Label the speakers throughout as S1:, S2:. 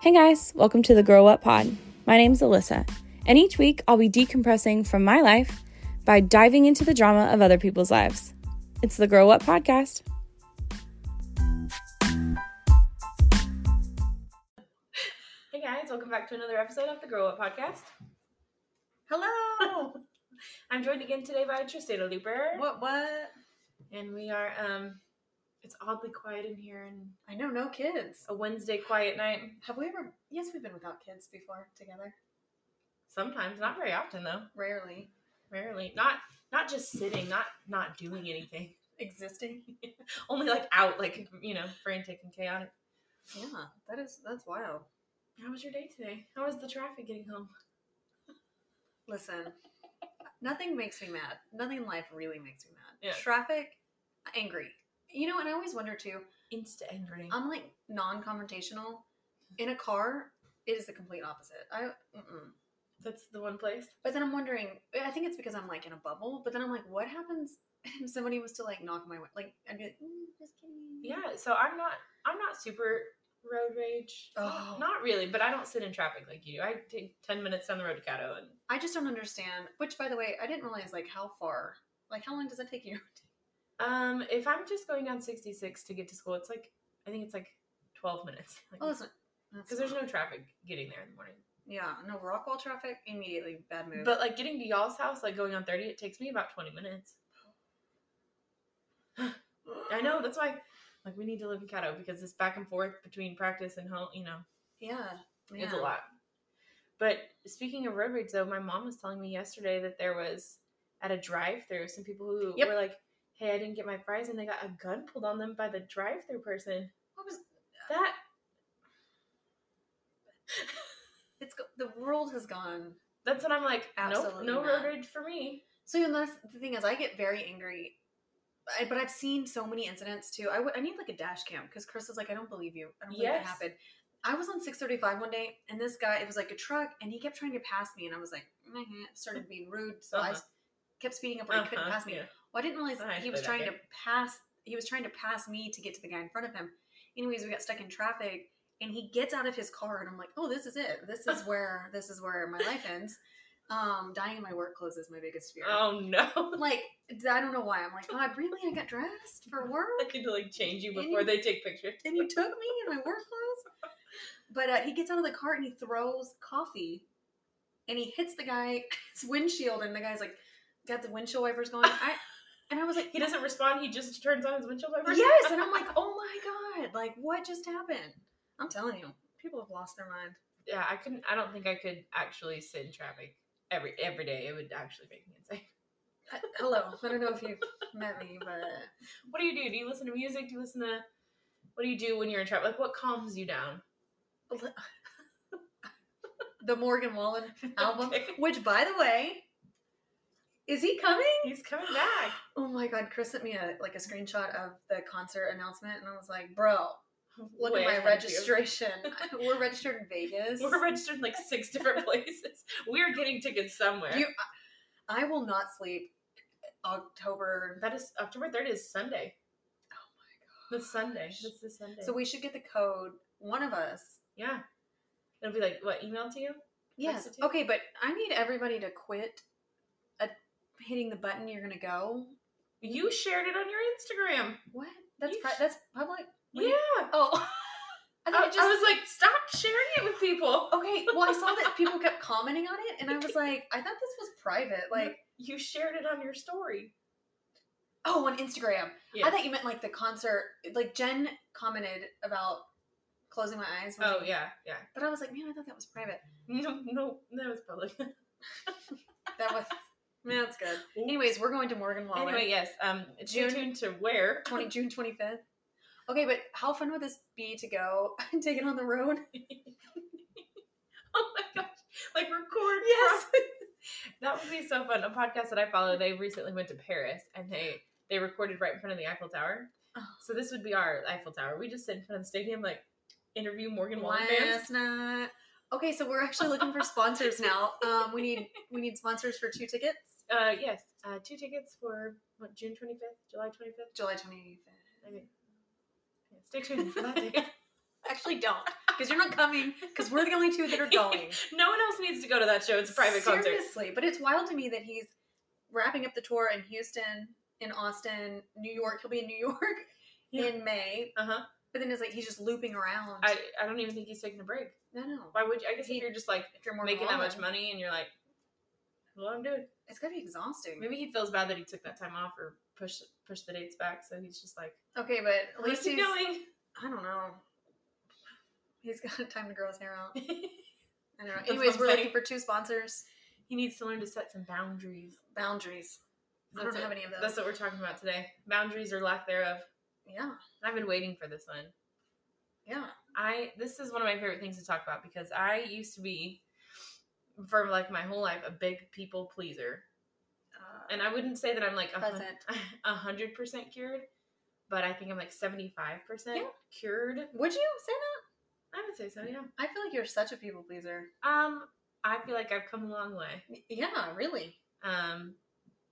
S1: Hey guys, welcome to the Grow Up Pod. My name's Alyssa, and each week I'll be decompressing from my life by diving into the drama of other people's lives. It's the Grow Up Podcast. Hey guys, welcome back to another episode of the Grow Up Podcast.
S2: Hello.
S1: I'm joined again today by Tristina Looper,
S2: what? What?
S1: and we are, um, it's oddly quiet in here and
S2: I know no kids.
S1: a Wednesday quiet night.
S2: Have we ever? Yes, we've been without kids before together.
S1: Sometimes, not very often though,
S2: Rarely
S1: rarely. Not, not just sitting, not, not doing anything.
S2: existing.
S1: only like out, like you know, frantic and chaotic.
S2: Yeah, that is that's wild.
S1: How was your day today? How was the traffic getting home?
S2: Listen, nothing makes me mad. Nothing in life really makes me mad.
S1: Yeah.
S2: Traffic, angry. You know, and I always wonder too.
S1: Insta angry.
S2: I'm like non-confrontational. In a car, it is the complete opposite. I. Mm-mm.
S1: That's the one place.
S2: But then I'm wondering. I think it's because I'm like in a bubble. But then I'm like, what happens if somebody was to like knock on my window? Like I'd be like, mm, just kidding.
S1: Yeah. So I'm not. I'm not super road rage.
S2: Oh.
S1: Not really, but I don't sit in traffic like you. do. I take ten minutes down the road to Caddo and
S2: I just don't understand. Which, by the way, I didn't realize like how far, like how long does it take you?
S1: um, if I'm just going down 66 to get to school, it's like I think it's like 12 minutes.
S2: Oh, listen,
S1: because there's no traffic getting there in the morning.
S2: yeah, no Rockwall traffic immediately bad move.
S1: But like getting to y'all's house, like going on 30, it takes me about 20 minutes. I know that's why, like, we need to live in Caddo because this back and forth between practice and home, you know,
S2: Yeah, yeah.
S1: it's a lot. But speaking of road rage, though, my mom was telling me yesterday that there was at a drive-through some people who
S2: Yep.
S1: were like, "Hey, I didn't get my fries," and they got a gun pulled on them by the drive-through person.
S2: What was
S1: That
S2: it's go- the world has gone.
S1: that's what I'm like. Nope,
S2: Absolutely
S1: no
S2: not.
S1: road rage for me.
S2: So you know, that's the thing is, I get very angry. I, but I've seen so many incidents too. I would- I need like a dash cam because Chris is like, I don't believe you. I don't believe
S1: Yes.
S2: that happened. I was on 635 one day, and this guy, it was like a truck, and he kept trying to pass me, and I was like, mm started being rude, so I
S1: Uh-huh.
S2: kept speeding up, where he couldn't
S1: Uh-huh,
S2: pass me.
S1: yeah.
S2: Well, I didn't realize
S1: I
S2: he
S1: play
S2: was
S1: that
S2: trying to
S1: game.
S2: pass. He was trying to pass me to get to the guy in front of him. Anyways, we got stuck in traffic, and he gets out of his car, and I'm like, "Oh, this is it. This is where this is where my life ends." Um, dying in my work clothes is my biggest fear.
S1: Oh no!
S2: Like, I don't know why. I'm like, God, really? I got dressed for work,
S1: I could like change you
S2: And
S1: before
S2: you-
S1: they take pictures.
S2: and you took me in my work clothes. But uh, he gets out of the car and he throws coffee, and he hits the guy's windshield, and the guy's like, got the windshield wipers going. I and I was like,
S1: He doesn't respond. He just turns on his windshield wipers.
S2: Yes, and I'm like, oh my god, like what just happened? I'm telling you, people have lost their mind.
S1: yeah, I couldn't. I don't think I could actually sit in traffic every every day. It would actually make me insane.
S2: Uh, Hello, I don't know if you've met me, but
S1: What do you do? Do you listen to music? Do you listen to? What do you do when you're in traffic? Like, what calms you down?
S2: the Morgan Wallen album,
S1: Okay.
S2: which by the way, is he coming?
S1: He's coming back.
S2: Oh my god, Chris sent me a like a screenshot of the concert announcement, and I was like, bro, look
S1: Way
S2: at
S1: ahead
S2: my
S1: of you.
S2: registration. We're registered in Vegas.
S1: We're registered in like six different places. We're getting tickets somewhere.
S2: You- I I will not sleep. October
S1: that is October third is Sunday. Oh my god, that's Sunday. That's this Sunday.
S2: So we should get the code. One of us.
S1: yeah, it'll be like what email to you?
S2: Yes.
S1: Text it to you.
S2: Okay, but I need everybody to quit at hitting the button. You're gonna go.
S1: You shared it on your Instagram.
S2: What? That's
S1: You
S2: pri-
S1: sh-
S2: that's public. What do
S1: yeah.
S2: you- oh. I
S1: I,
S2: thought it
S1: I
S2: just.
S1: was like, stop sharing it with people.
S2: okay. Well, I saw that people kept commenting on it, and I was like, I thought this was private. Like,
S1: You shared it on your story.
S2: oh, on Instagram.
S1: Yeah.
S2: I thought you meant like the concert. Like Jen commented about closing my eyes. when
S1: oh
S2: I-
S1: yeah, yeah.
S2: But I was like, man, I thought that was private.
S1: No, no, that was public.
S2: That was. man, that's good. Anyways, we're going to Morgan Wallen.
S1: anyway, yes. Um, stay
S2: June-
S1: tuned to where.
S2: 20 June 25th. Okay, but how fun would this be to go and take it on the road?
S1: Oh my gosh! Like record.
S2: Yes.
S1: from- that would be so fun. A podcast that I follow, they recently went to Paris and they they recorded right in front of the Eiffel Tower.
S2: Oh.
S1: So this would be our Eiffel Tower. We just sit in front of the stadium, like interview Morgan Wallen fans.
S2: Last night. Okay, so we're actually looking for sponsors now. Um, we need we need sponsors for two tickets.
S1: Uh, yes. Uh, two tickets for what, June twenty fifth, July twenty fifth.
S2: July 25th.
S1: Okay. Stay tuned for that. Day.
S2: Actually, don't. because you're not coming because we're the only two that are going.
S1: No one else needs to go to that show. It's a private concert.
S2: Seriously, but it's wild to me that he's wrapping up the tour in Houston, in Austin, New York. He'll be in New York
S1: Yeah.
S2: in May,
S1: Uh huh.
S2: but then it's like he's just looping around.
S1: I, I don't even think he's taking a break.
S2: no, no.
S1: Why would you? I guess
S2: He-
S1: if you're just like
S2: If you're more
S1: making that much
S2: normal,
S1: money and you're like, well, I'm doing.
S2: it's gotta be exhausting.
S1: Maybe he feels bad that he took that time off or push push the dates back, so he's just like,
S2: Okay, but at
S1: let's
S2: least
S1: keep
S2: he's.
S1: going.
S2: I don't know. He's got time to grow his hair out. I don't know.
S1: That's what
S2: Anyways,
S1: I'm
S2: we're
S1: saying.
S2: looking for two sponsors.
S1: he needs to learn to set some boundaries.
S2: Boundaries. I
S1: That's
S2: don't
S1: it.
S2: have any of those.
S1: That's what we're talking about today. Boundaries or lack thereof.
S2: yeah,
S1: I've been waiting for this one.
S2: yeah.
S1: I this is one of my favorite things to talk about because I used to be for like my whole life a big people pleaser.
S2: Uh,
S1: And I wouldn't say that I'm like a hun-
S2: Pleasant.
S1: a hundred percent cured, but I think I'm like seventy five percent
S2: Yeah.
S1: cured.
S2: would you say that?
S1: I would say so, yeah.
S2: I feel like you're such a people pleaser.
S1: Um, I feel like I've come a long way.
S2: Y- Yeah, really.
S1: Um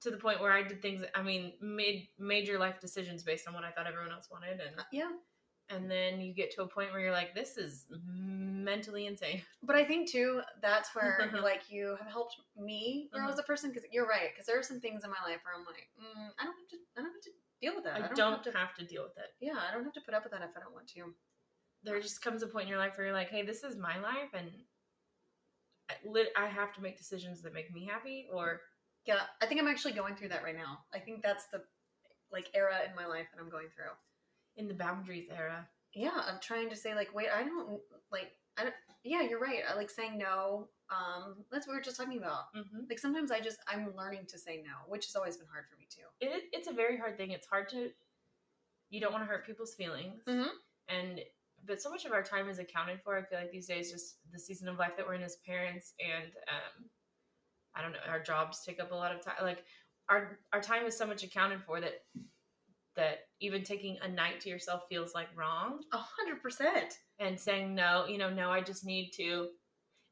S1: to the point where I did things I mean, made major life decisions based on what I thought everyone else wanted and
S2: Uh, Yeah.
S1: and then you get to a point where you're like, this is mentally insane.
S2: But I think too that's where like you have helped me grow
S1: Uh-huh.
S2: as a person because you're right because there are some things in my life where I'm like mm, I don't have to I don't have to deal with that.
S1: I don't,
S2: have to.
S1: have to deal with it.
S2: Yeah, I don't have to put up with that if I don't want to.
S1: there just comes a point in your life where you're like, hey, this is my life, and I, lit, I have to make decisions that make me happy, or
S2: Yeah, I think I'm actually going through that right now. I think that's the like era in my life that I'm going through.
S1: in the boundaries era.
S2: Yeah, I'm trying to say like wait I don't like I don't. Yeah, you're right. I like saying no. Um, that's what we were just talking about.
S1: Mm-hmm.
S2: Like sometimes I just I'm learning to say no, which has always been hard for me too.
S1: It, it's a very hard thing. It's hard to, you don't want to hurt people's feelings,
S2: Mhm.
S1: and but so much of our time is accounted for. I feel like these days, just the season of life that we're in as parents, and um, I don't know, our jobs take up a lot of time. Like our our time is so much accounted for that that even taking a night to yourself feels like wrong.
S2: A hundred percent.
S1: and saying no, you know, no, I just need to,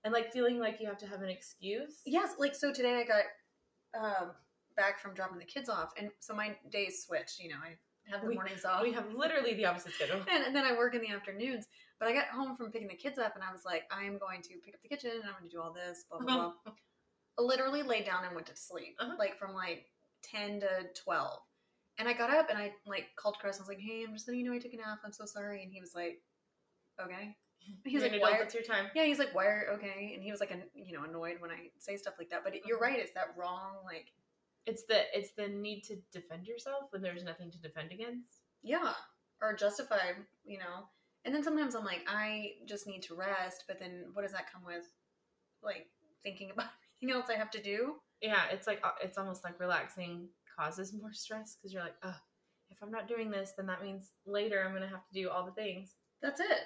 S1: and like feeling like you have to have an excuse.
S2: Yes, like so today I got um, back from dropping the kids off, and so my days switched. You know, I have the
S1: We-
S2: mornings off,
S1: We have literally the opposite schedule.
S2: and, and then I work in the afternoons. But I got home from picking the kids up, and I was like, I am going to pick up the kitchen, and I'm going to do all this, blah blah blah. I literally laid down and went to sleep,
S1: Uh-huh.
S2: like from like ten to twelve. And I got up and I like called Chris. I was like, "Hey, I'm just letting you know I took a nap. I'm so sorry." And he was like, "Okay." He's
S1: You're
S2: like,
S1: an adult,
S2: "Why?"
S1: it's your time.
S2: Yeah, he's like, "Why are okay?" And he was like, an- you know, annoyed when I say stuff like that. But it, you're
S1: Mhm.
S2: right; it's that wrong, like,
S1: It's the it's the need to defend yourself when there's nothing to defend against.
S2: yeah, or justified, you know. And then sometimes I'm like, I just need to rest. But then, what does that come with, like, thinking about everything else I have to do?
S1: Yeah, it's like uh, it's almost like relaxing causes more stress because you're like, oh, if I'm not doing this, then that means later I'm gonna have to do all the things.
S2: That's it.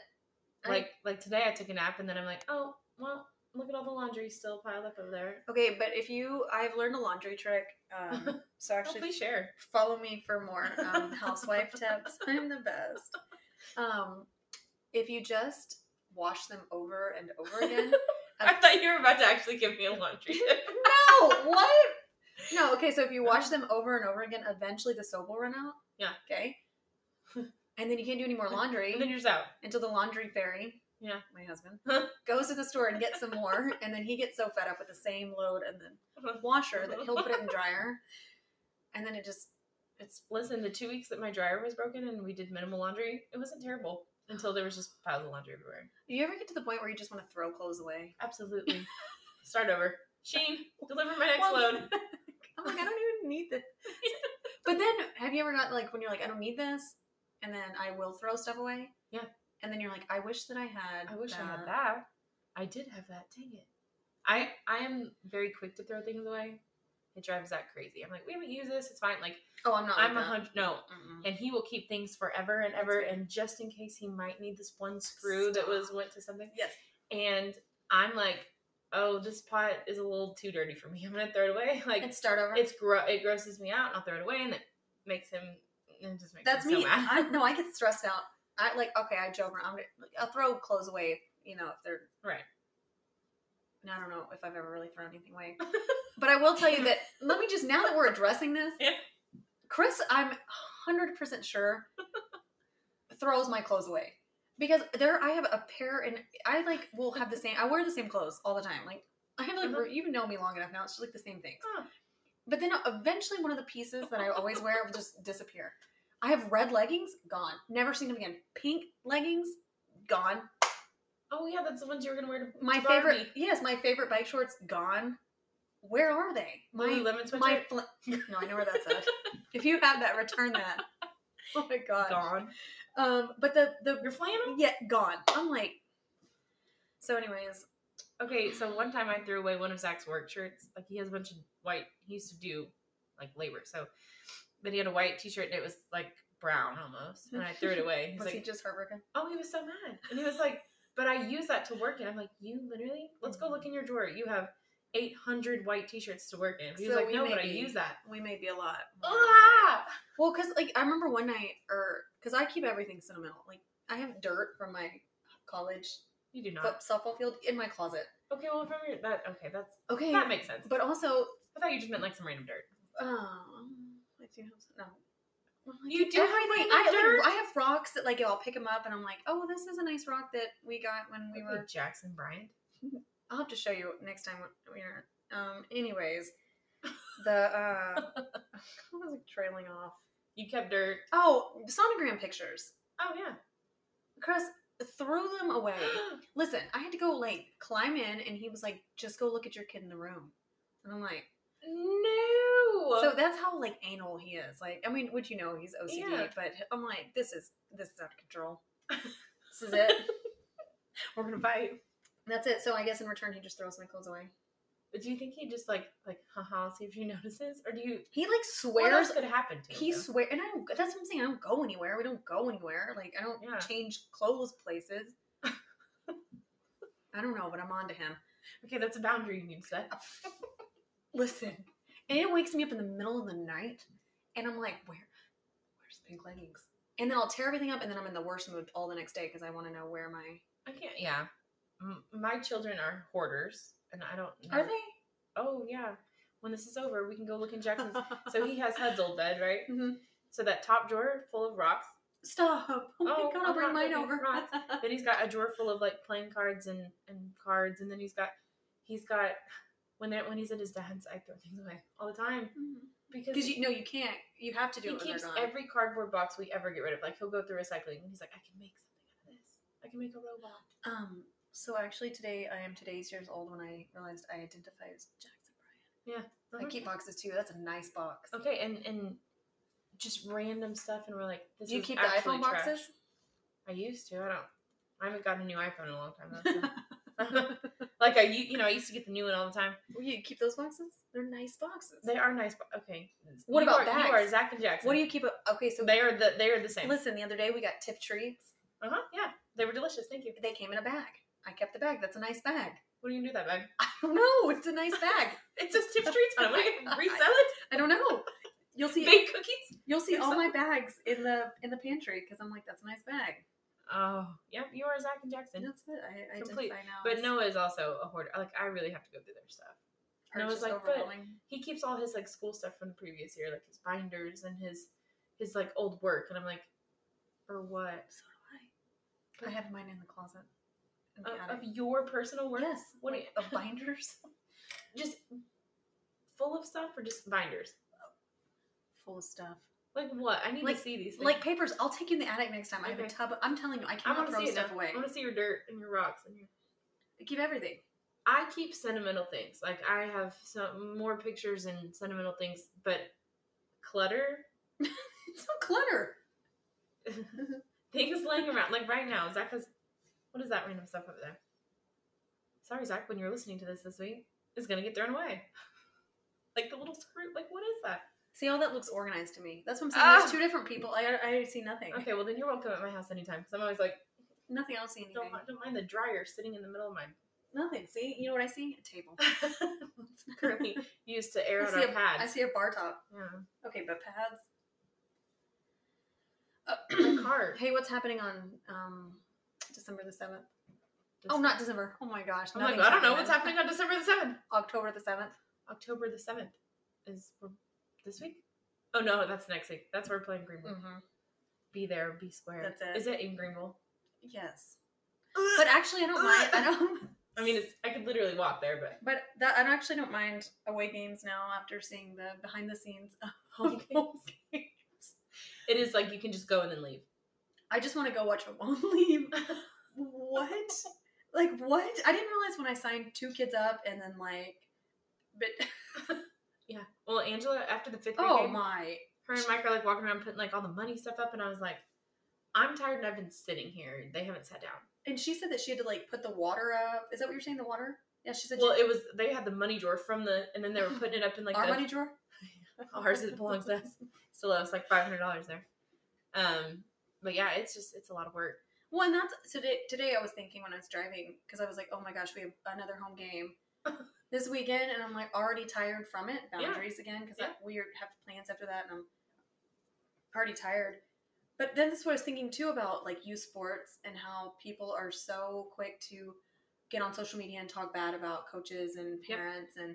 S2: I-
S1: Like like today, I took a nap and then I'm like, oh well, look at all the laundry still piled up over there.
S2: okay, but if you, I've learned a laundry trick. Um, so
S1: Oh,
S2: actually,
S1: please share.
S2: follow me for more um, housewife tips. I'm the best. Um, if you just wash them over and over again.
S1: I thought you were about to actually give me a laundry tip.
S2: no, what? No, okay, so if you wash them over and over again, eventually the soap will run out.
S1: Yeah.
S2: Okay. And then you can't do any more laundry
S1: And then you're just out.
S2: until the laundry fairy,
S1: Yeah.
S2: my husband, goes to the store and gets some more. And then he gets so fed up with the same load and then
S1: Uh-huh.
S2: washer that he'll put it in dryer. And then it just,
S1: It's listen, the two weeks that my dryer was broken and we did minimal laundry, it wasn't terrible until there was just piles of laundry everywhere.
S2: you ever get to the point where you just want to throw clothes away?
S1: Absolutely. Start over. Sheen, deliver my next
S2: Well-
S1: load.
S2: I'm like, I don't even need this. but then, have you ever gotten like when you're like, I don't need this, and then I will throw stuff away?
S1: Yeah.
S2: And then you're like, I wish that I had.
S1: I wish I had that. I did have that. Dang it. I I am very quick to throw things away. It drives that crazy. I'm like, we haven't used this. It's fine. Like
S2: Oh, I'm not.
S1: I'm a
S2: like that.
S1: hundred. No,
S2: Mm-mm.
S1: and he will keep things forever and
S2: That's
S1: ever.
S2: right.
S1: And just in case he might need this one screw that was
S2: Stop.
S1: went to something.
S2: Yes.
S1: and I'm like, oh, this pot is a little too dirty for me. I'm gonna throw it away. Like
S2: And start over.
S1: it's gro- it grosses me out, and I'll throw it away, and it makes him and just makes
S2: That's
S1: him
S2: me.
S1: so mad.
S2: I, no, I get stressed out. I like okay, I joke around. I'm gonna- I'll throw clothes away. You know, if they're
S1: right.
S2: and I don't know if I've ever really thrown anything away. but I will tell you that let me just now that we're addressing this,
S1: Yeah.
S2: Chris, I'm hundred percent sure throws my clothes away. because there I have a pair and I like will have the same I wear the same clothes all the time. Like I have like
S1: Uh-huh.
S2: you know me long enough now, it's just like the same things.
S1: Huh.
S2: But then eventually one of the pieces that I always wear will just disappear. I have red leggings, gone. Never seen them again. Pink leggings, gone.
S1: Oh yeah, that's the ones you were gonna wear. To
S2: My
S1: to
S2: favorite
S1: Barbie.
S2: yes, my favorite bike shorts, gone. Where are they? My
S1: Lululemon sweatshirt.
S2: my fl- No, I know where that's at. if you have that, return that. Oh my god.
S1: gone.
S2: Um but the the
S1: Your flannel.
S2: yeah, gone. I'm like. So, anyways,
S1: Okay, so one time I threw away one of Zach's work shirts. Like he has a bunch of white. He used to do like labor, so but he had a white T-shirt and it was like brown almost, and I threw it away. He's
S2: was
S1: like,
S2: he just heartbroken?
S1: "Oh, he was so mad," and he was like, "But I use that to work in." I'm like, "You literally? Let's go look in your drawer. You have 800 white T-shirts to work in." He was
S2: So
S1: like,
S2: we
S1: "No,
S2: may
S1: but I
S2: be-
S1: use that."
S2: We may be a lot. more alike.
S1: Ah!
S2: Well, because like I remember one night, or because I keep everything sentimental. Like I have dirt from my college
S1: You do
S2: fo-
S1: not.
S2: softball field in my closet.
S1: Okay, well, from your that okay, that's
S2: Okay,
S1: that makes sense.
S2: but also,
S1: I thought you just meant like some random dirt.
S2: um, I do have some- no. Well, I
S1: You
S2: keep
S1: do have
S2: everything.
S1: random
S2: I,
S1: dirt?
S2: like, I have rocks that like I'll pick them up and I'm like, oh, this is a nice rock that we got when we
S1: Okay,
S2: were
S1: Jackson Bryant.
S2: I'll have to show you next time when we're. Um. Anyways, the uh, I was like trailing off.
S1: You kept dirt.
S2: Oh, sonogram pictures.
S1: Oh yeah.
S2: Chris threw them away. Listen, I had to go like climb in, and he was like, "Just go look at your kid in the room." And I'm like,
S1: no.
S2: so that's how like anal he is. Like, I mean, would you know he's OCD?
S1: Yeah.
S2: But I'm like, this is this is out of control. this is it.
S1: We're gonna fight.
S2: That's it. So I guess in return, he just throws my clothes away.
S1: But do you think he just like like haha see if she notices, or do you?
S2: He like
S1: What
S2: swears
S1: else could happen to him?
S2: he
S1: though?
S2: swear and I don't that's what I'm saying, I don't go anywhere. We don't go anywhere. Like I don't
S1: Yeah.
S2: change clothes places. I don't know, but I'm on to him.
S1: okay, that's a boundary you need to set.
S2: Listen. And it wakes me up in the middle of the night and I'm like, where where's pink leggings? And then I'll tear everything up and then I'm in the worst mood all the next day because I want to know where my
S1: I can't. Yeah, M- my children are hoarders, and I don't. Know.
S2: Are they?
S1: Oh yeah. When this is over, we can go look in Jackson's. so he has Hud's old bed, right?
S2: Mhm.
S1: So that top drawer full of rocks.
S2: Stop. Oh my
S1: Oh,
S2: god,
S1: I'm
S2: I'll bring
S1: not
S2: mine
S1: joking,
S2: over.
S1: right. Then he's got a drawer full of like playing cards and and cards, and then he's got he's got when they when he's at his dad's, I throw things away all the time because
S2: Because you no, you can't. You have to do
S1: he
S2: it when they're
S1: keeps
S2: gone.
S1: every cardboard box we ever get rid of. Like he'll go through recycling, and he's like, I can make something out of this. I can make a robot.
S2: Um, so actually today I am today's years old when I realized I identify as Jackson Bryan. I
S1: Uh-huh.
S2: keep boxes too. That's a nice box.
S1: okay, and and just random stuff, and we're like, this
S2: Do you
S1: is
S2: keep the
S1: actually
S2: iPhone
S1: trash.
S2: boxes?
S1: I used to. I don't. I haven't gotten a new iPhone in a long time. Though, so. like I, u- you know, I used to get the new one all the time.
S2: Well, you keep those boxes? They're nice boxes.
S1: They are nice. But okay.
S2: What
S1: You
S2: about
S1: are,
S2: bags?
S1: You are Zach and Jackson.
S2: what do you keep? A, okay, so
S1: They are the. They are the same. Uh
S2: listen. The other day we got Tiff treats.
S1: huh. Yeah. They were delicious. Thank you.
S2: They came in a bag. I kept the bag. That's a nice bag.
S1: What do you do with that bag?
S2: I don't know. It's a nice bag.
S1: It says Tip Streets on it. What are you gonna resell it?
S2: I don't know. You'll see.
S1: Bake cookies.
S2: You'll see all my
S1: yourself.
S2: bags in the in the pantry because I'm like, that's a nice bag.
S1: Oh, yep. You are Zach and Jackson.
S2: And that's it. I, I
S1: Complete.
S2: identify now.
S1: But
S2: as-
S1: Noah is also a hoarder. Like I really have to go through their stuff.
S2: or it's
S1: Noah's
S2: just
S1: like, but-
S2: overwhelming.
S1: He keeps all his like school stuff from the previous year, like his binders and his his like old work, and I'm like, for what?
S2: So do I. I have mine in the closet. In the
S1: Of,
S2: attic.
S1: of your personal work?
S2: Yes.
S1: What do
S2: like, of binders
S1: you- just full of stuff or just binders?
S2: full of stuff.
S1: Like what? I need
S2: Like-
S1: to see these. Things.
S2: Like papers. I'll take you in the attic next time. I have a
S1: Okay.
S2: tub. I'm telling you, I
S1: I
S2: cannot
S1: want to
S2: throw
S1: see it
S2: stuff
S1: now.
S2: away.
S1: I want to see your dirt and your rocks and your.
S2: I keep everything.
S1: I keep sentimental things. Like I have some more pictures and sentimental things, but clutter
S2: It's so clutter.
S1: things laying around. Like right now, Zach has what is that random stuff over there? Sorry, Zach, when you're listening to this this week, it's gonna get thrown away. like the little screw. Like what is that?
S2: See, all that looks organized to me. That's what I'm saying. There's
S1: Ah.
S2: two different people. I, I see nothing.
S1: Okay, well then you're welcome at my house anytime. Because I'm always like,
S2: Nothing. I don't see anything.
S1: don't, don't mind the dryer sitting in the middle of mine.
S2: Nothing. See, you know what I see? A table.
S1: currently used to air
S2: I
S1: out
S2: see
S1: our
S2: a- I
S1: pads.
S2: see a bar top.
S1: Yeah,
S2: Okay, but pads.
S1: my
S2: Uh,
S1: card.
S2: hey, what's happening on um, December the seventh? Oh, not December. Oh my gosh.
S1: I'm like,
S2: nothing's
S1: I don't know what's happening on December the seventh.
S2: October the seventh.
S1: October the seventh is for this week. Oh no, that's next week. That's where we're playing Greenville.
S2: Mm-hmm.
S1: Be there, be square.
S2: That's it.
S1: Is it in Greenville?
S2: Yes. But actually, I don't mind. I don't.
S1: I mean, it's, I could literally walk there, but
S2: But that I don't- actually don't mind away games now after seeing the behind the scenes. of
S1: home
S2: home
S1: games.
S2: games.
S1: It is like you can just go and then leave.
S2: I just want to go watch a won't leave. what? Like what? I didn't realize when I signed two kids up and then like, but
S1: Yeah. Well, Angela, after the fifth grade
S2: oh
S1: game,
S2: my,
S1: her and Mike are like walking around putting like all the money stuff up, and I was like, I'm tired and I've been sitting here. They haven't sat down.
S2: And she said that she had to like put the water up. Is that what you're saying? The water? Yeah, she said.
S1: Well,
S2: she,
S1: it was they had the money drawer from the, and then they were putting it up in like
S2: our
S1: the,
S2: money drawer.
S1: ours. It belongs to us. So it was like five hundred dollars there. Um, but yeah, it's just it's a lot of work.
S2: Well, and that's so today. Today I was thinking when I was driving because I was like, oh my gosh, we have another home game this weekend, and I'm like already tired from it.
S1: Yeah.
S2: Boundaries again because
S1: Yeah.
S2: we are- have plans after that, and I'm already tired. But then that's what I was thinking too about like youth sports and how people are so quick to get on social media and talk bad about coaches and
S1: Yep.
S2: parents and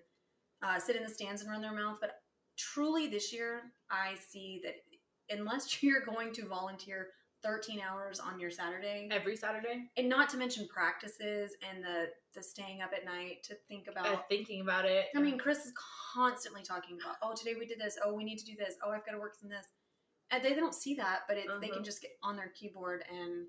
S2: uh, sit in the stands and run their mouth. But truly, this year I see that unless you're going to volunteer 13 hours on your Saturday,
S1: Every Saturday,
S2: and not to mention practices and the the staying up at night to think about.
S1: uh, thinking about it.
S2: Oh. I mean, Chris is constantly talking about, oh, today we did this. Oh, we need to do this. Oh, I've got to work on this. And they, they don't see that, but it's, they
S1: Uh-huh.
S2: can just get on their keyboard and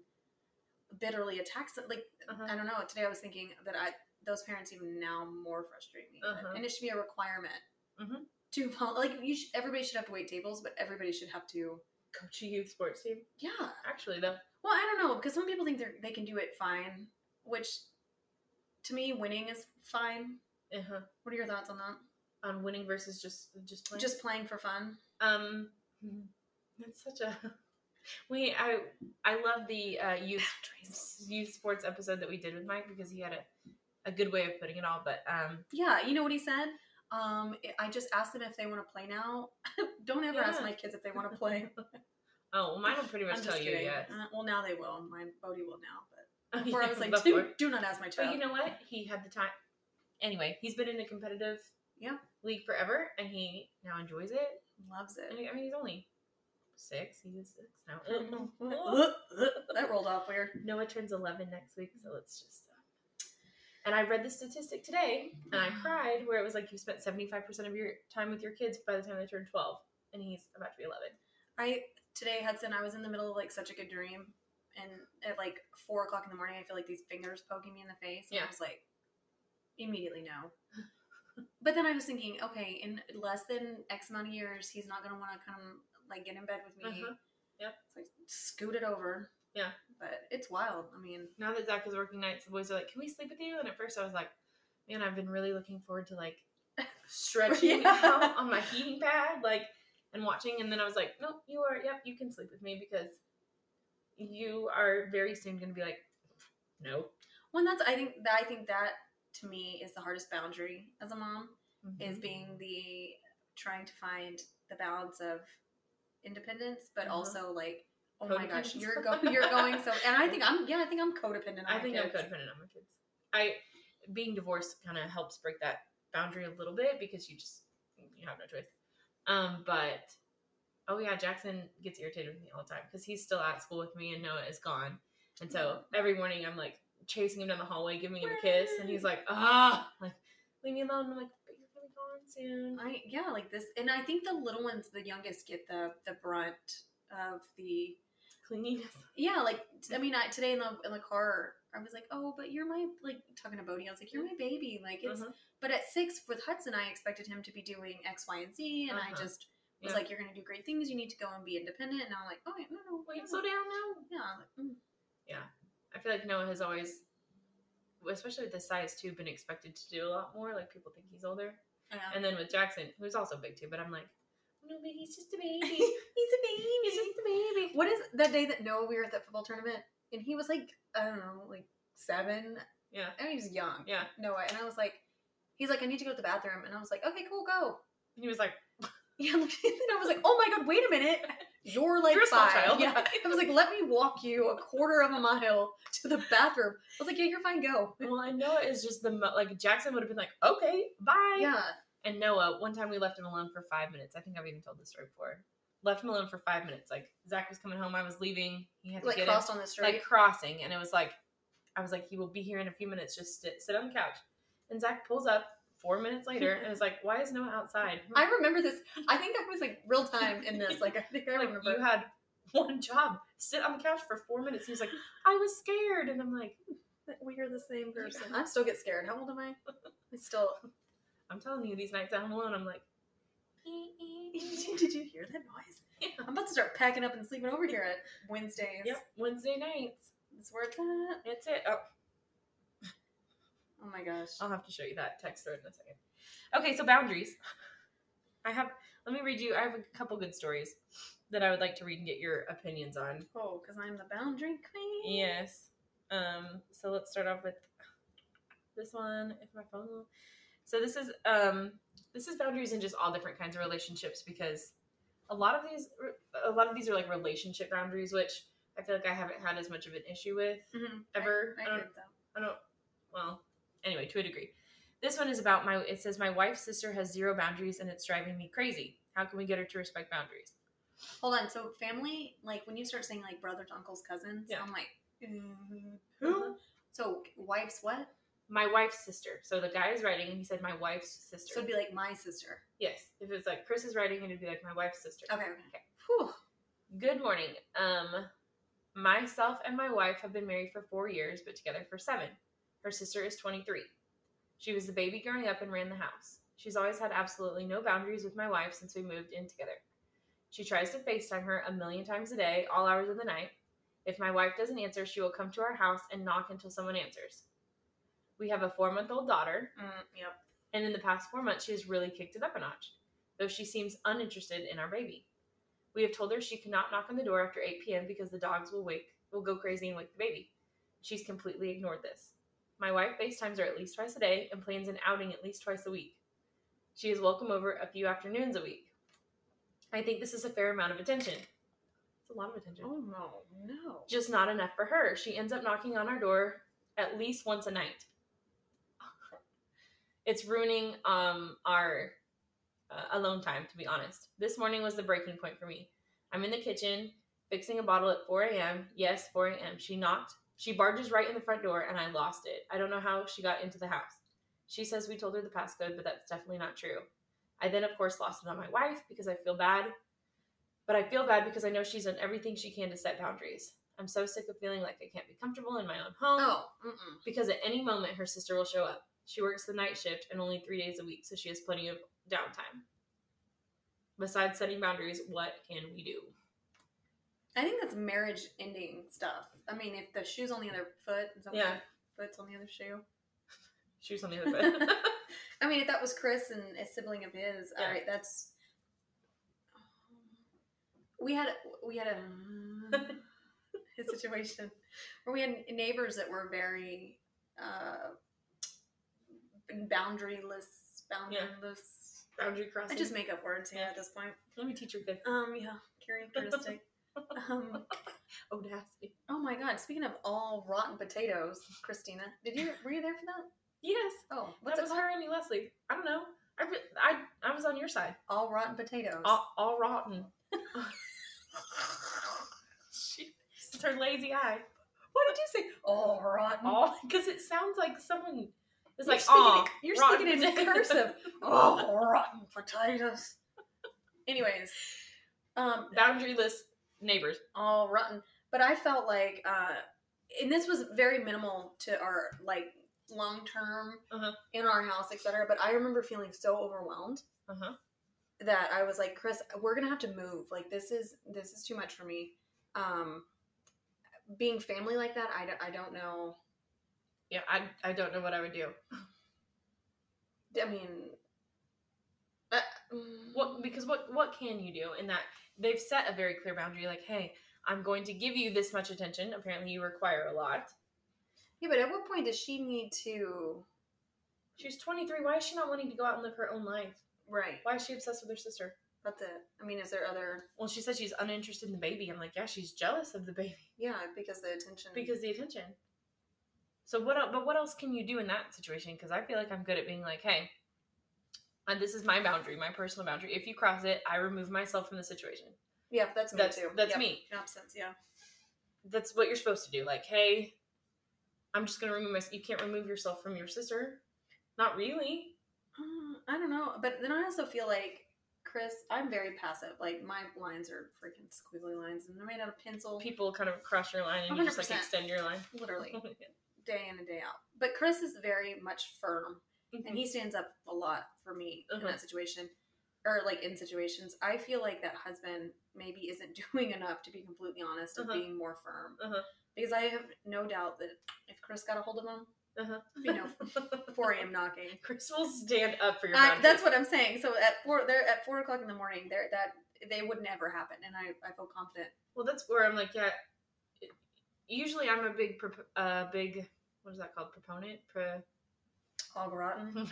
S2: bitterly attack. Some, like
S1: Uh-huh.
S2: I don't know. Today I was thinking that I those parents even now more frustrate me, but-
S1: Uh-huh.
S2: and it should be a requirement
S1: Mhm.
S2: to vol- like you. Should, everybody should have to wait tables, but everybody should have to.
S1: coach a youth sports team.
S2: Yeah.
S1: Actually, though,
S2: Well, I don't know because some people think they they can do it fine, which to me, winning is fine.
S1: uh-huh.
S2: What are your thoughts on that?
S1: on winning versus just just playing.
S2: Just playing for fun.
S1: Um, that's such a we. I I love the uh, youth youth sports episode that we did with Mike because he had a a good way of putting it all. But um,
S2: Yeah, you know what he said? Um, I- I just asked them if they want to play now. don't ever ask
S1: Yeah.
S2: my kids if they want to play.
S1: oh, well, mine will pretty
S2: I'm
S1: much
S2: just
S1: tell you
S2: kidding.
S1: yes.
S2: Uh, well, now they will. My Bodhi will now.
S1: Oh,
S2: But before I was
S1: yeah,
S2: like,
S1: before.
S2: do, do not ask my
S1: But
S2: child.
S1: you know what? He had the time. Anyway, he's been in a competitive
S2: Yeah.
S1: league forever, and he now enjoys it.
S2: Loves
S1: And
S2: it.
S1: he- I mean, he's only six. He's six now.
S2: that rolled off weird.
S1: Noah turns 11 next week, so it's just. Uh... And I read the statistic today, and I cried, where it was like you spent 75% of your time with your kids by the time they turn 12, and he's about to be 11.
S2: I today Hudson, I was in the middle of like such a good dream, and at like four o'clock in the morning, I feel like these fingers poking me in the face, and
S1: Yeah.
S2: I was like, immediately no. but then I was thinking, okay, in less than X amount of years, he's not gonna want to come like get in bed with me.
S1: Uh-huh. Yep.
S2: So I scoot it over.
S1: Yeah.
S2: But it's wild. I mean,
S1: Now that Zach is working nights, the boys are like, "Can we sleep with you?" And at first, I was like, "Man, I've been really looking forward to like stretching
S2: Yeah.
S1: out on my heating pad, like, and watching." And then I was like, "Nope, you are. Yep, you can sleep with me because you are very soon going to be like, no."
S2: one that's I think that I think that to me is the hardest boundary as a mom. is
S1: Mhm.
S2: being the trying to find the balance of independence, but
S1: Uh-huh.
S2: also like, oh my gosh,
S1: Codependence.
S2: you're go, you're going so, and I think I'm yeah, I think I'm codependent. On
S1: I
S2: my
S1: think I'm
S2: kids.
S1: codependent on my kids. I being divorced kind of helps break that boundary a little bit because you just you have no choice. Um, but oh yeah, Jackson gets irritated with me all the time because he's still at school with me and Noah is gone, and so
S2: Mm-hmm.
S1: every morning I'm like chasing him down the hallway, giving him a kiss, and he's like ah, like leave me alone. I'm like but you're gonna be gone soon.
S2: I yeah, like this, and I think the little ones, the youngest, get the the brunt of the
S1: Clinginess.
S2: yeah, like t- I mean, I, today in the in the car. I was like, oh, but you're my like talking to Bodie. I was like, you're my baby. Like it's
S1: Uh-huh.
S2: But at six with Hudson, I expected him to be doing X, Y, and Z, and I
S1: Uh-huh.
S2: just was
S1: Yeah.
S2: like, "You're going to do great things. You need to go and be independent." And I'm like, "Oh, yeah, no, no,
S1: Well,
S2: yeah,
S1: you slow down now.
S2: yeah." I'm like, mm.
S1: I feel like Noah has always, especially with the size too, been expected to do a lot more. Like people think he's older.
S2: Yeah.
S1: And then with Jackson, who's also big too, but I'm like, Oh, no, but he's just a baby. he's a baby. He's just a baby.
S2: what is that day that Noah? We were at that football tournament, and he was like, I don't know, like seven.
S1: Yeah.
S2: and he was young.
S1: Yeah.
S2: Noah, and I was like, he's like, "I need to go to the bathroom," and I was like, "Okay, cool, go."
S1: And he was like,
S2: Yeah, and I was like, "Oh my god, wait a minute." You're like
S1: You're a small
S2: five.
S1: child.
S2: Yeah. I was like, let me walk you a quarter of a mile to the bathroom. I was like, yeah, you're fine, go.
S1: well, and Noah is just the, mo- like, Jackson would have been like, okay, bye.
S2: Yeah.
S1: And Noah, one time we left him alone for five minutes. I think I've even told this story before. left him alone for five minutes. Like Zach was coming home, I was leaving. He had to
S2: like
S1: get
S2: crossed on the
S1: in,
S2: street.
S1: like crossing, and it was like, I was like, he will be here in a few minutes. Just sit, sit on the couch. And Zach pulls up four minutes later, and is like, why is Noah outside?
S2: I remember this. I think I was like real time in this. Like I think I
S1: like
S2: remember.
S1: you had one job, sit on the couch for four minutes. He was like, I was scared, and I'm like,
S2: we are the same person. I still get scared. How old am I? I still.
S1: I'm telling you, these nights at home alone, I'm like,
S2: Did you hear that noise?
S1: Yeah.
S2: I'm about to start packing up and sleeping over here at Wednesdays.
S1: yep, Wednesday nights,
S2: It's worth it.
S1: that's it. Oh,
S2: Oh my gosh.
S1: I'll have to show you that text story in a second. Okay, so boundaries. I have. Let me read you. I have a couple good stories that I would like to read and get your opinions on.
S2: Oh, because I'm the boundary queen.
S1: Yes. Um, so let's start off with this one. If my phone. will- So this is um, this is boundaries in just all different kinds of relationships because a lot of these a lot of these are like relationship boundaries, which I feel like I haven't had as much of an issue with
S2: Mhm.
S1: ever.
S2: I, I
S1: I don't-
S2: get that.
S1: I don't. Well, anyway, to a degree. This one is about my. It says my wife's sister has zero boundaries and it's driving me crazy. How can we get her to respect boundaries?
S2: Hold on. So family, like when you start saying like brothers, uncles, cousins,
S1: Yeah.
S2: I'm like, mm,
S1: Who?
S2: So wife's what?
S1: My wife's sister. So the guy is writing and he said my wife's sister.
S2: So it'd be like my sister.
S1: yes, if it's like Chris is writing, it'd be like my wife's sister.
S2: Okay. Okay.
S1: Okay.
S2: Whew.
S1: Good morning. Um, myself and my wife have been married for four years, but together for seven. Her sister is 23. She was the baby growing up and ran the house. She's always had absolutely no boundaries with my wife since we moved in together. She tries to FaceTime her a million times a day, all hours of the night. If my wife doesn't answer, she will come to our house and knock until someone answers. We have a four month old daughter,
S2: Mm, yep.
S1: and in the past four months, she has really kicked it up a notch, though she seems uninterested in our baby. We have told her she cannot knock on the door after 8 p.m. because the dogs will wake, will go crazy and wake the baby. She's completely ignored this. My wife FaceTimes her at least twice a day and plans an outing at least twice a week. She is welcome over a few afternoons a week. I think this is a fair amount of attention. It's a lot of attention
S2: Oh no, no.
S1: just not enough for her. She ends up knocking on our door at least once a night. It's ruining um, our uh, alone time, to be honest. This morning was the breaking point for me. I'm in the kitchen fixing a bottle at 4 a.m. Yes, 4 a.m. She knocked. She barges right in the front door, and I lost it. I don't know how she got into the house. She says we told her the passcode, but that's definitely not true. I then, of course, lost it on my wife because I feel bad. But I feel bad because I know she's done everything she can to set boundaries. I'm so sick of feeling like I can't be comfortable in my own home
S2: Oh, mm-mm.
S1: because at any moment her sister will show up. She works the night shift and only three days a week, so she has plenty of downtime. Besides setting boundaries, what can we do?
S2: I think that's marriage ending stuff. I mean, if the shoe's on the other foot, is that what
S1: Yeah.
S2: foot's on the other shoe.
S1: Shoes on the other foot.
S2: I mean, if that was Chris and a sibling of his,
S1: Yeah.
S2: all right, that's. We had we had a his situation where we had neighbors that were very uh, boundaryless, boundaryless.
S1: Boundary crossing.
S2: I just make up words here
S1: Yeah.
S2: at this point.
S1: Let me teach your kid
S2: Um, yeah, characteristic. um,
S1: audacity.
S2: oh my God! Speaking of all rotten potatoes, Christina, did you were you there for that?
S1: Yes,
S2: Oh,
S1: that
S2: what's it
S1: was
S2: called?
S1: her and Leslie. I don't know. I, re- I I was on your side.
S2: All rotten potatoes.
S1: All, all rotten. she, it's her lazy eye.
S2: What did you say? All rotten.
S1: All because it sounds like someone is
S2: You're
S1: like
S2: speaking
S1: all.
S2: in- you're
S1: rotten
S2: speaking in
S1: potatoes."
S2: cursive. oh, rotten potatoes. Anyways, um,
S1: boundaryless neighbors.
S2: all rotten. But I felt like, uh, and this was very minimal to our like long term
S1: Uh-huh.
S2: in our house, etc. But I remember feeling so overwhelmed
S1: Uh huh.
S2: that I was like, Chris, we're gonna have to move. Like this is this is too much for me. Um, being family like that, I don't, I don't know.
S1: Yeah, I I don't know what I would do.
S2: I mean, uh, mm,
S1: What because what what can you do in that they've set a very clear boundary like, hey, I'm going to give you this much attention. Apparently, you require a lot.
S2: Yeah, but at what point does she need to?
S1: She's 23. Why is she not wanting to go out and live her own life?
S2: Right.
S1: Why is she obsessed with her sister?
S2: That's it. I mean, is there other?
S1: Well, she said she's uninterested in the baby. I'm like, yeah, she's jealous of the baby
S2: Yeah, because the attention.
S1: because the attention. So what? el- But what else can you do in that situation? Because I feel like I'm good at being like, hey, uh, this is my boundary, my personal boundary. If you cross it, I remove myself from the situation.
S2: Yeah, that's me
S1: That's
S2: too.
S1: that's
S2: Yep.
S1: me.
S2: Absence, yeah.
S1: That's what you're supposed to do. Like, hey, I'm just gonna remove myself. You can't remove yourself from your sister. Not really.
S2: Uh, I don't know, but then I also feel like Chris. I'm very passive. Like my lines are freaking squiggly lines, and they're made out of pencil.
S1: People kind of cross your line and you just like
S2: 100%.
S1: extend your line.
S2: literally day in and day out. But Chris is very much firm, and he stands up a lot for me in
S1: Uh-huh.
S2: that situation, or like in situations. I feel like that husband maybe isn't doing enough to be completely honest of
S1: Uh-huh.
S2: being more firm,
S1: Uh-huh.
S2: because I have no doubt that if Chris got a hold of him,
S1: Uh-huh.
S2: you know, 4 a.m. knocking.
S1: Chris will stand up for your.
S2: I,
S1: boundaries.
S2: that's what I'm saying. So at four, they're at four o'clock in the morning. There, that they would never happen, and I, I feel confident.
S1: Well, that's where I'm like, yeah. it- Usually, I'm a big, prop- uh, big, what is that called? Proponent, pro.
S2: All rotten.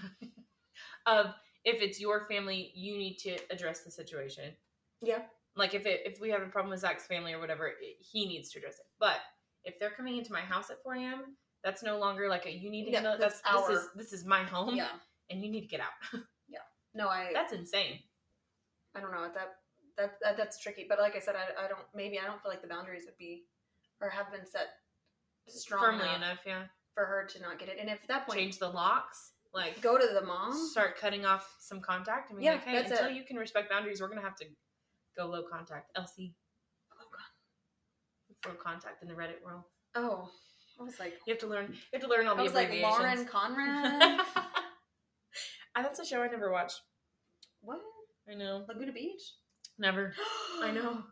S1: of if it's your family, you need to address the situation.
S2: Yeah.
S1: Like if it if we have a problem with Zach's family or whatever, it, he needs to address it. But if they're coming into my house at 4 a.m., that's no longer like a you need to
S2: Yeah,
S1: know
S2: that's
S1: that's,
S2: our-
S1: this is this is my home
S2: Yeah.
S1: and you need to get out.
S2: No, I.
S1: that's insane.
S2: I don't know at that that, that that's tricky. But like I said, I, I don't maybe I don't feel like the boundaries would be or have been set Strong
S1: Firmly
S2: enough.
S1: enough, yeah.
S2: for her to not get it. And if at that point
S1: Change the locks. Like
S2: go to the mom,
S1: start cutting off some contact. I mean,
S2: Um, Yeah,
S1: like, hey,
S2: that's
S1: until
S2: it.
S1: you can respect boundaries, we're gonna have to go low contact. Elsie. It's low contact in the Reddit world.
S2: oh, I was like
S1: You have to learn. You have to learn all
S2: I
S1: the
S2: was like
S1: abbreviations.
S2: Lauren Conrad.
S1: Ah, that's a show I never watched.
S2: what
S1: I know.
S2: Laguna Beach?
S1: Never. I know.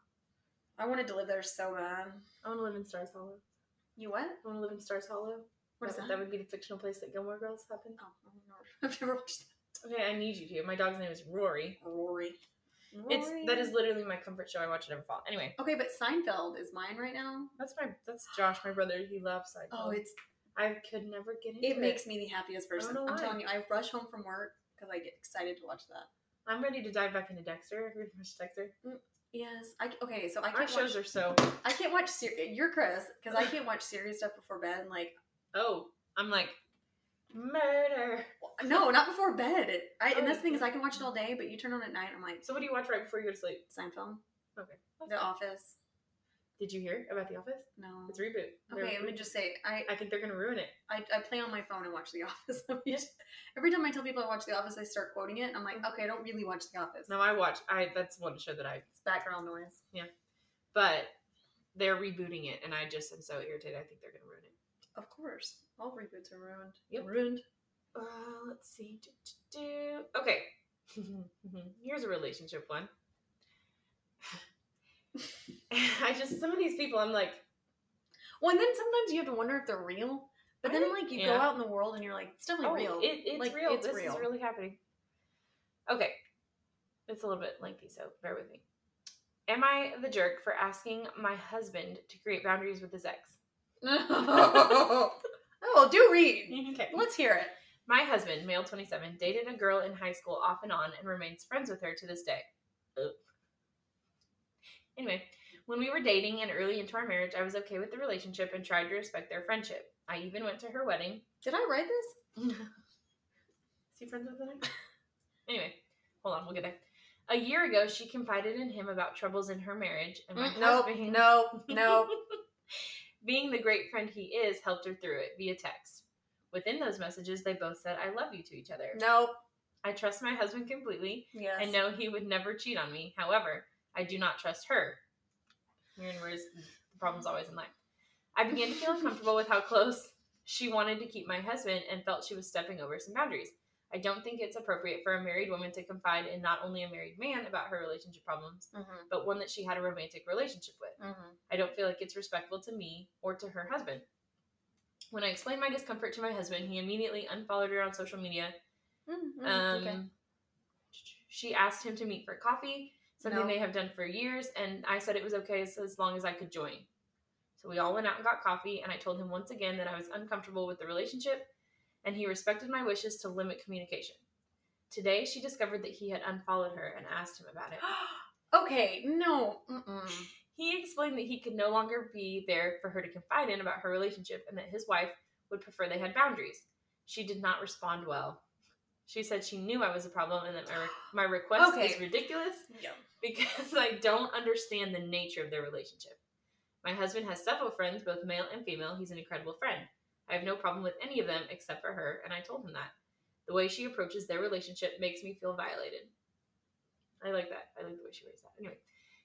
S2: I wanted to live there so bad.
S1: I want to live in Stars Hollow.
S2: You what?
S1: I want to live in Stars Hollow.
S2: What is
S1: that?
S2: that?
S1: would be the fictional place that Gilmore Girls happened.
S2: Oh, I don't know. I've never watched
S1: Okay, I need you to. My dog's name is Rory.
S2: that. Rory.
S1: It's that is
S2: Rory.
S1: literally my comfort show. I watch it every fall. Anyway,
S2: okay, but Seinfeld is mine right now.
S1: that's my that's Josh, my brother. He loves Seinfeld.
S2: Oh, it's
S1: I could never get into it.
S2: it makes me the happiest
S1: don't
S2: person.
S1: know
S2: I'm
S1: why.
S2: telling you, I rush home from work because I get excited to watch that.
S1: I'm ready to dive back into Dexter. Have you watched Dexter?
S2: Yes. I okay. So I
S1: Our
S2: can't watch.
S1: shows are so.
S2: I can't watch. Ser- you're Chris because I can't watch serious stuff before bed. And like,
S1: Oh, I'm like murder.
S2: no, not before bed. I,
S1: Oh,
S2: and that's the thing is,
S1: yeah.
S2: I can watch it all day, but you turn on at night. I'm like
S1: So what do you watch right before you go to sleep?
S2: Seinfeld,
S1: Okay.
S2: The Office.
S1: Did you hear about The Office?
S2: No.
S1: It's reboot. They're
S2: Okay, let me
S1: rebooting.
S2: just say, I,
S1: I think they're gonna ruin it.
S2: I I play on my phone and watch The Office. I'm just- Every time I tell people I watch The Office, I start quoting it. I'm like, okay, I don't really watch The Office.
S1: Now I watch. I that's one show that I.
S2: It's background noise.
S1: But they're rebooting it, and I just am so irritated. I think they're gonna ruin it.
S2: Of course, all reboots are ruined.
S1: Yep.
S2: Ruined.
S1: Uh, let's see. Do, do, do. Okay. Here's a relationship one. I just some of these people I'm like
S2: Well, and then sometimes you have to wonder if they're real. But
S1: I
S2: then,
S1: think-
S2: like, you go
S1: yeah.
S2: out in the world and you're like, it's definitely real.
S1: Oh, It, it's
S2: Like,
S1: real.
S2: it's
S1: this
S2: real.
S1: is really happening. Okay. It's a little bit lengthy, so bear with me. Am I the jerk for asking my husband to create boundaries with his ex?
S2: oh, do read.
S1: Okay.
S2: Let's hear it.
S1: My husband, male 27, dated a girl in high school off and on and remains friends with her to this day. Ugh. Anyway, when we were dating and early into our marriage, I was okay with the relationship and tried to respect their friendship. I even went to her wedding.
S2: Did I write this?
S1: See friends with the night? Anyway, hold on, we'll get there. A year ago, she confided in him about troubles in her marriage, and my
S2: Mm, Nope,
S1: husband,
S2: nope, nope.
S1: being the great friend he is, helped her through it via text. Within those messages, they both said, I love you to each other.
S2: nope.
S1: I trust my husband completely
S2: Yes.
S1: and know he would never cheat on me. However, I do not trust her. Herein where's the problem's always in life. I began to feel uncomfortable with how close she wanted to keep my husband and felt she was stepping over some boundaries. I don't think it's appropriate for a married woman to confide in not only a married man about her relationship problems,
S2: Mm-hmm,
S1: but one that she had a romantic relationship with.
S2: mm-hmm.
S1: I don't feel like it's respectful to me or to her husband. When I explained my discomfort to my husband, he immediately unfollowed her on social media
S2: mm-hmm.
S1: um,
S2: Mm, okay.
S1: She asked him to meet for coffee, something
S2: No.
S1: they have done for years, and I said it was okay as, as long as I could join. So we all went out and got coffee, and I told him once again that I was uncomfortable with the relationship, and he respected my wishes to limit communication. Today, she discovered that he had unfollowed her and asked him about it.
S2: okay, no. Mm-mm.
S1: He explained that he could no longer be there for her to confide in about her relationship and that his wife would prefer they had boundaries. She did not respond well. She said she knew I was a problem and that my, re- my request
S2: Okay.
S1: is ridiculous
S2: Yeah.
S1: because I don't understand the nature of their relationship. My husband has several friends, both male and female. He's an incredible friend. I have no problem with any of them except for her, and I told him that. The way she approaches their relationship makes me feel violated. I like that. I like the way she raised that. Anyway,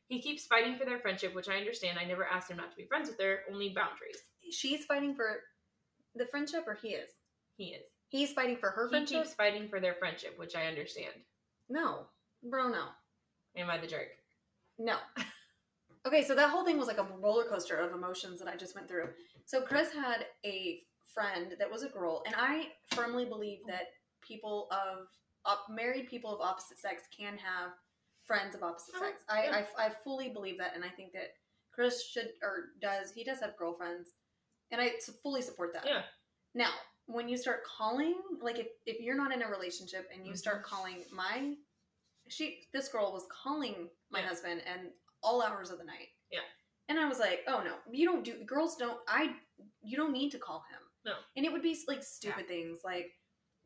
S1: he keeps fighting for their friendship, which I understand. I never asked him not to be friends with her, only boundaries.
S2: She's fighting for the friendship, or he is.
S1: He is.
S2: He's fighting for her
S1: He
S2: friendship.
S1: keeps fighting for their friendship, which I understand.
S2: No, bro, no,
S1: Am I the jerk?
S2: no. okay, so that whole thing was like a roller coaster of emotions that I just went through. So Chris had a friend that was a girl, and I firmly believe that people of up, married people of opposite sex can have friends of opposite
S1: Oh,
S2: sex. I,
S1: yeah.
S2: I I fully believe that, and I think that Chris should or does he does have girlfriends, and I s- fully support that.
S1: Yeah.
S2: Now, when you start calling, like if if you're not in a relationship and you start
S1: Mhm.
S2: calling my she this girl was calling my
S1: Yeah.
S2: husband and all hours of the night.
S1: Yeah.
S2: And I was like, oh no, you don't do girls don't I you don't need to call him.
S1: No.
S2: And it would be like stupid things like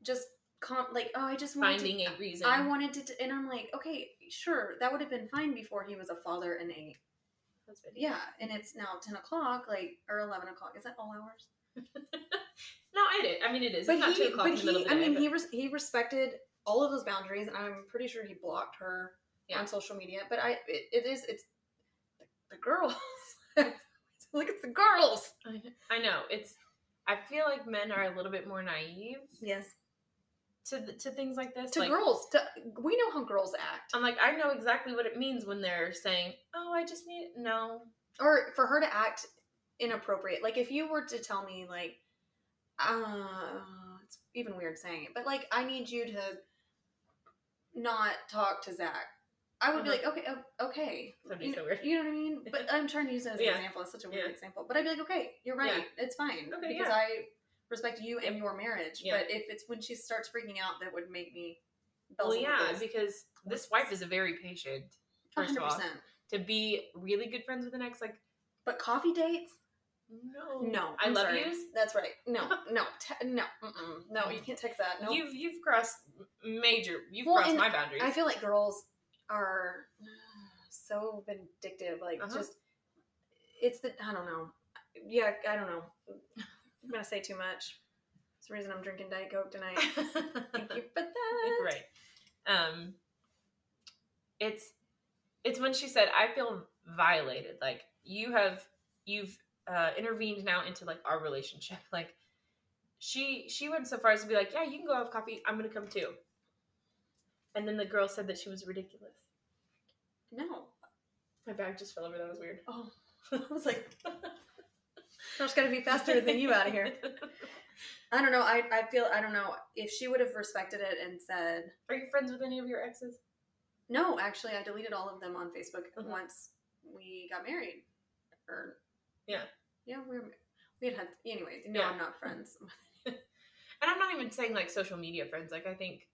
S2: just com- like oh I just wanted
S1: Finding
S2: to,
S1: a reason.
S2: I wanted to t- and I'm like okay sure that would have been fine before he was a father and a
S1: Husband.
S2: yeah and it's now ten o'clock like or eleven o'clock is that all hours?
S1: No, I did. I mean, it is.
S2: But
S1: it's not two
S2: he
S1: o'clock
S2: but
S1: in the middle
S2: he
S1: of
S2: I
S1: the
S2: mean
S1: day,
S2: he res- he respected all of those boundaries and I'm pretty sure he blocked her
S1: Yeah.
S2: on social media but I it, it is it's the, the girls like it's the girls
S1: but- I know it's. I feel like men are a little bit more naive
S2: yes
S1: to th- to things like this.
S2: to
S1: like,
S2: girls to, we know how girls act
S1: I'm like, I know exactly what it means when they're saying, "Oh, I just need no."
S2: or for her to act inappropriate. Like if you were to tell me like uh it's even weird saying it, but like I need you to not talk to Zach. I would be like, okay, o- okay.
S1: Uh-huh. That'd be
S2: You,
S1: so weird.
S2: you know what I mean? But I'm trying to use it as an
S1: Yeah.
S2: example. It's such a weird
S1: Yeah.
S2: example. But I'd be like, okay, you're right. It's fine.
S1: Okay,
S2: because
S1: yeah.
S2: I respect you and your marriage.
S1: Yeah.
S2: But if it's when she starts freaking out, that would make me bells
S1: Well,
S2: and
S1: yeah,
S2: whistles.
S1: because this wife is a very patient. First of all,
S2: 100%.
S1: to be really good friends with an ex, like
S2: But coffee dates,
S1: no,
S2: No,
S1: I
S2: Oh, I'm
S1: love
S2: sorry.
S1: yous.
S2: That's right. No, no, te- no, mm-mm. no. You can't text that. No.
S1: You've you've crossed major. You've
S2: Well,
S1: crossed
S2: and
S1: my boundaries.
S2: I feel like girls are so vindictive. Like
S1: Uh-huh.
S2: just, it's the I don't know. Yeah, I don't know. I'm gonna say too much. It's the reason I'm drinking diet coke tonight. Thank you for that.
S1: right um it's it's when she said i feel violated like you have you've uh intervened now into like our relationship like she she went so far as to be like yeah you can go have coffee i'm gonna come too and then the girl said that she was ridiculous
S2: No.
S1: my bag just fell over that was weird
S2: Oh, I was like, gosh, gotta be faster than you out of here. I don't know. I I feel I don't know if she would have respected it and said.
S1: are you friends with any of your exes
S2: No, actually, I deleted all of them on Facebook
S1: Mhm.
S2: once we got married. Or
S1: Yeah.
S2: yeah, we were ma- we had had anyway. No,
S1: Yeah.
S2: I'm not friends.
S1: and i'm not even saying like social media friends like i think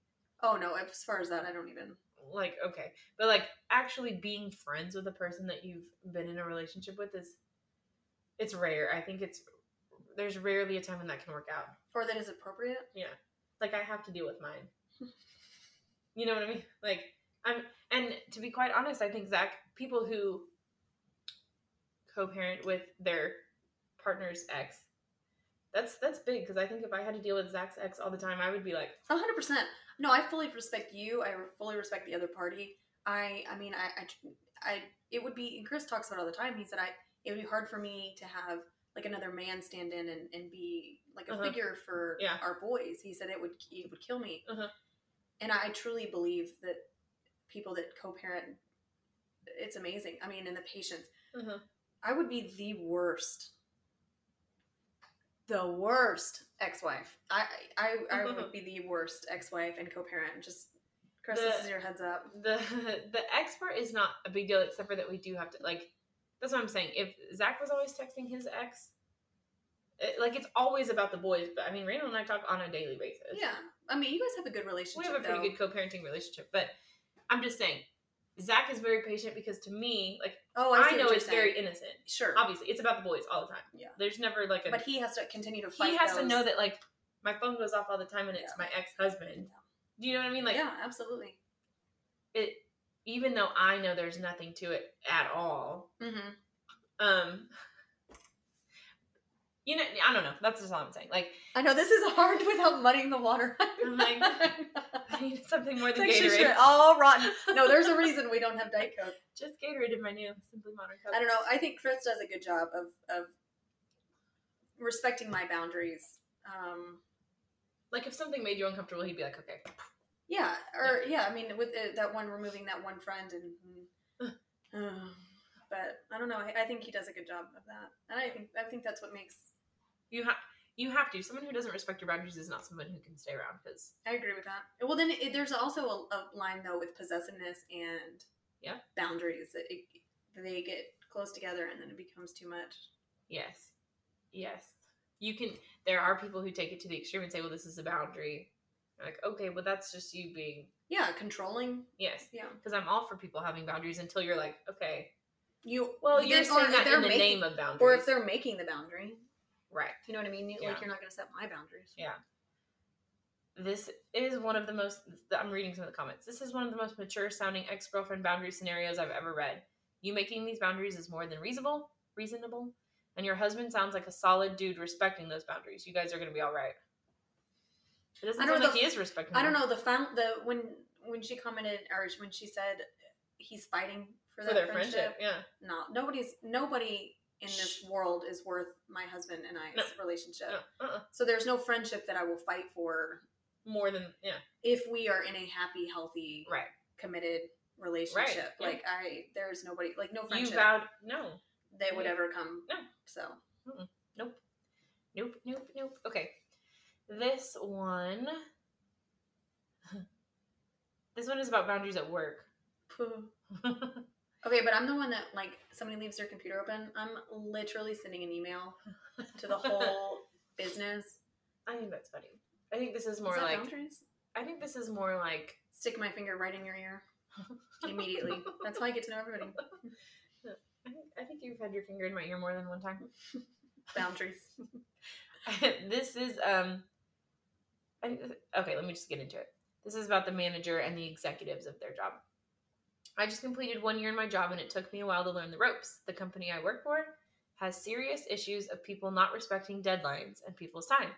S2: Oh no, as far as that, I don't even.
S1: like okay but like actually being friends with a person that you've been in a relationship with is it's rare i think it's there's rarely a time when that can work out
S2: Or that is appropriate.
S1: like i have to deal with mine you know what i mean like i'm and to be quite honest i think zach people who co-parent with their partner's ex that's that's big because i think if i had to deal with zach's ex all the time i would be like
S2: A hundred percent. No, I fully respect you. I fully respect the other party. I I mean I I, I it would be and Chris talks about it all the time. He said I it would be hard for me to have like another man stand in and, and be like a
S1: Uh-huh.
S2: figure for
S1: Yeah.
S2: our boys. He said it would it would kill me.
S1: Uh-huh.
S2: And I truly believe that people that co-parent it's amazing. I mean, and the patience.
S1: uh-huh.
S2: I would be the worst. The worst ex-wife. I I, I
S1: Mm-hmm.
S2: would be the worst ex-wife and co-parent. Just Chris, this
S1: The-
S2: is your heads up.
S1: the the expert is not a big deal except for that we do have to like that's what i'm saying if zach was always texting his ex it, like it's always about the boys but i mean randall and i talk on a daily basis
S2: Yeah, I mean, you guys have a good
S1: we
S2: relationship.
S1: have a pretty good
S2: though.
S1: co-parenting relationship but i'm just saying zach is very patient because to me like
S2: Oh, I,
S1: i,
S2: see
S1: know
S2: what you're
S1: it's
S2: saying.
S1: very innocent
S2: sure,
S1: obviously it's about the boys all the time
S2: Yeah.
S1: there's never like a
S2: but he has to continue to fight.
S1: he has
S2: those.
S1: to know that like my phone goes off all the time and it's my ex-husband Do you know what I mean? Like
S2: yeah, absolutely.
S1: it even though I know there's nothing to it at all,
S2: Mm-hmm.
S1: um you know i don't know that's just all i'm saying like
S2: I know this is hard without muddying the water.
S1: I'm like, i need something more
S2: it's
S1: than
S2: like she should
S1: gatorade
S2: all rotten. No, there's a reason we don't have Diet Coke.
S1: just gatorade in my new simply modern cup
S2: I don't know. I think Chris does a good job of of respecting my boundaries. Um,
S1: like if something made you uncomfortable he'd be like okay
S2: yeah, or yeah. I mean, with uh, that one removing that one friend and. um, but I don't know. I, I think he does a good job of that, and I think I think that's what makes.
S1: you have you have to someone who doesn't respect your boundaries is not someone who can stay around because
S2: I agree with that. Well, then it, there's also a, a line though with possessiveness and
S1: Yeah.
S2: boundaries that it, they get close together, and then it becomes too much.
S1: yes yes you can there are people who take it to the extreme and say well this is a boundary You're like okay well that's just you being
S2: Yeah, controlling.
S1: yes
S2: Yeah,
S1: because i'm all for people having boundaries until you're like okay
S2: you.
S1: well
S2: then-
S1: you're
S2: or
S1: saying
S2: if
S1: that
S2: they're
S1: in the
S2: making-
S1: name of boundaries
S2: or if they're making the boundary.
S1: right
S2: You know what I mean? You-
S1: Yeah.
S2: Like you're not going to set my boundaries.
S1: Yeah. This is one of the most. I'm reading some of the comments. This is one of the most mature sounding ex girlfriend boundary scenarios I've ever read. You making these boundaries is more than reasonable, reasonable, and your husband sounds like a solid dude respecting those boundaries. You guys are gonna be all right. It doesn't
S2: I don't
S1: sound
S2: know
S1: like
S2: the-
S1: he is respecting.
S2: I don't
S1: them
S2: know the found the when when she commented or when she said he's fighting for,
S1: for
S2: that
S1: their friendship. Yeah,
S2: No, nobody's nobody in this
S1: Shh.
S2: world is worth my husband and I's relationship.
S1: No, uh-uh.
S2: So there's no friendship that I will fight for
S1: more than yeah,
S2: if we are in a happy, healthy,
S1: right.
S2: committed relationship.
S1: yeah.
S2: Like I, there's nobody like no
S1: You
S2: friendship
S1: vowed no,
S2: that would
S1: you-
S2: ever come.
S1: No.
S2: So
S1: nope, nope, nope. Okay, this one. this one is about boundaries at work.
S2: phew. Okay, but I'm the one that like somebody leaves their computer open. I'm literally sending an email to the whole business.
S1: I think that's funny. I think this is more
S2: Is that
S1: like
S2: boundaries?
S1: I think this is more like
S2: Stick my finger right in your ear immediately. That's how I get to know everybody.
S1: I think, I think you've had your finger in my ear more than one time.
S2: Boundaries.
S1: this is um I, think this- okay, let me just get into it. This is about the manager and the executives of their job. I just completed one year in my job and it took me a while to learn the ropes. The company I work for has serious issues of people not respecting deadlines and people's time.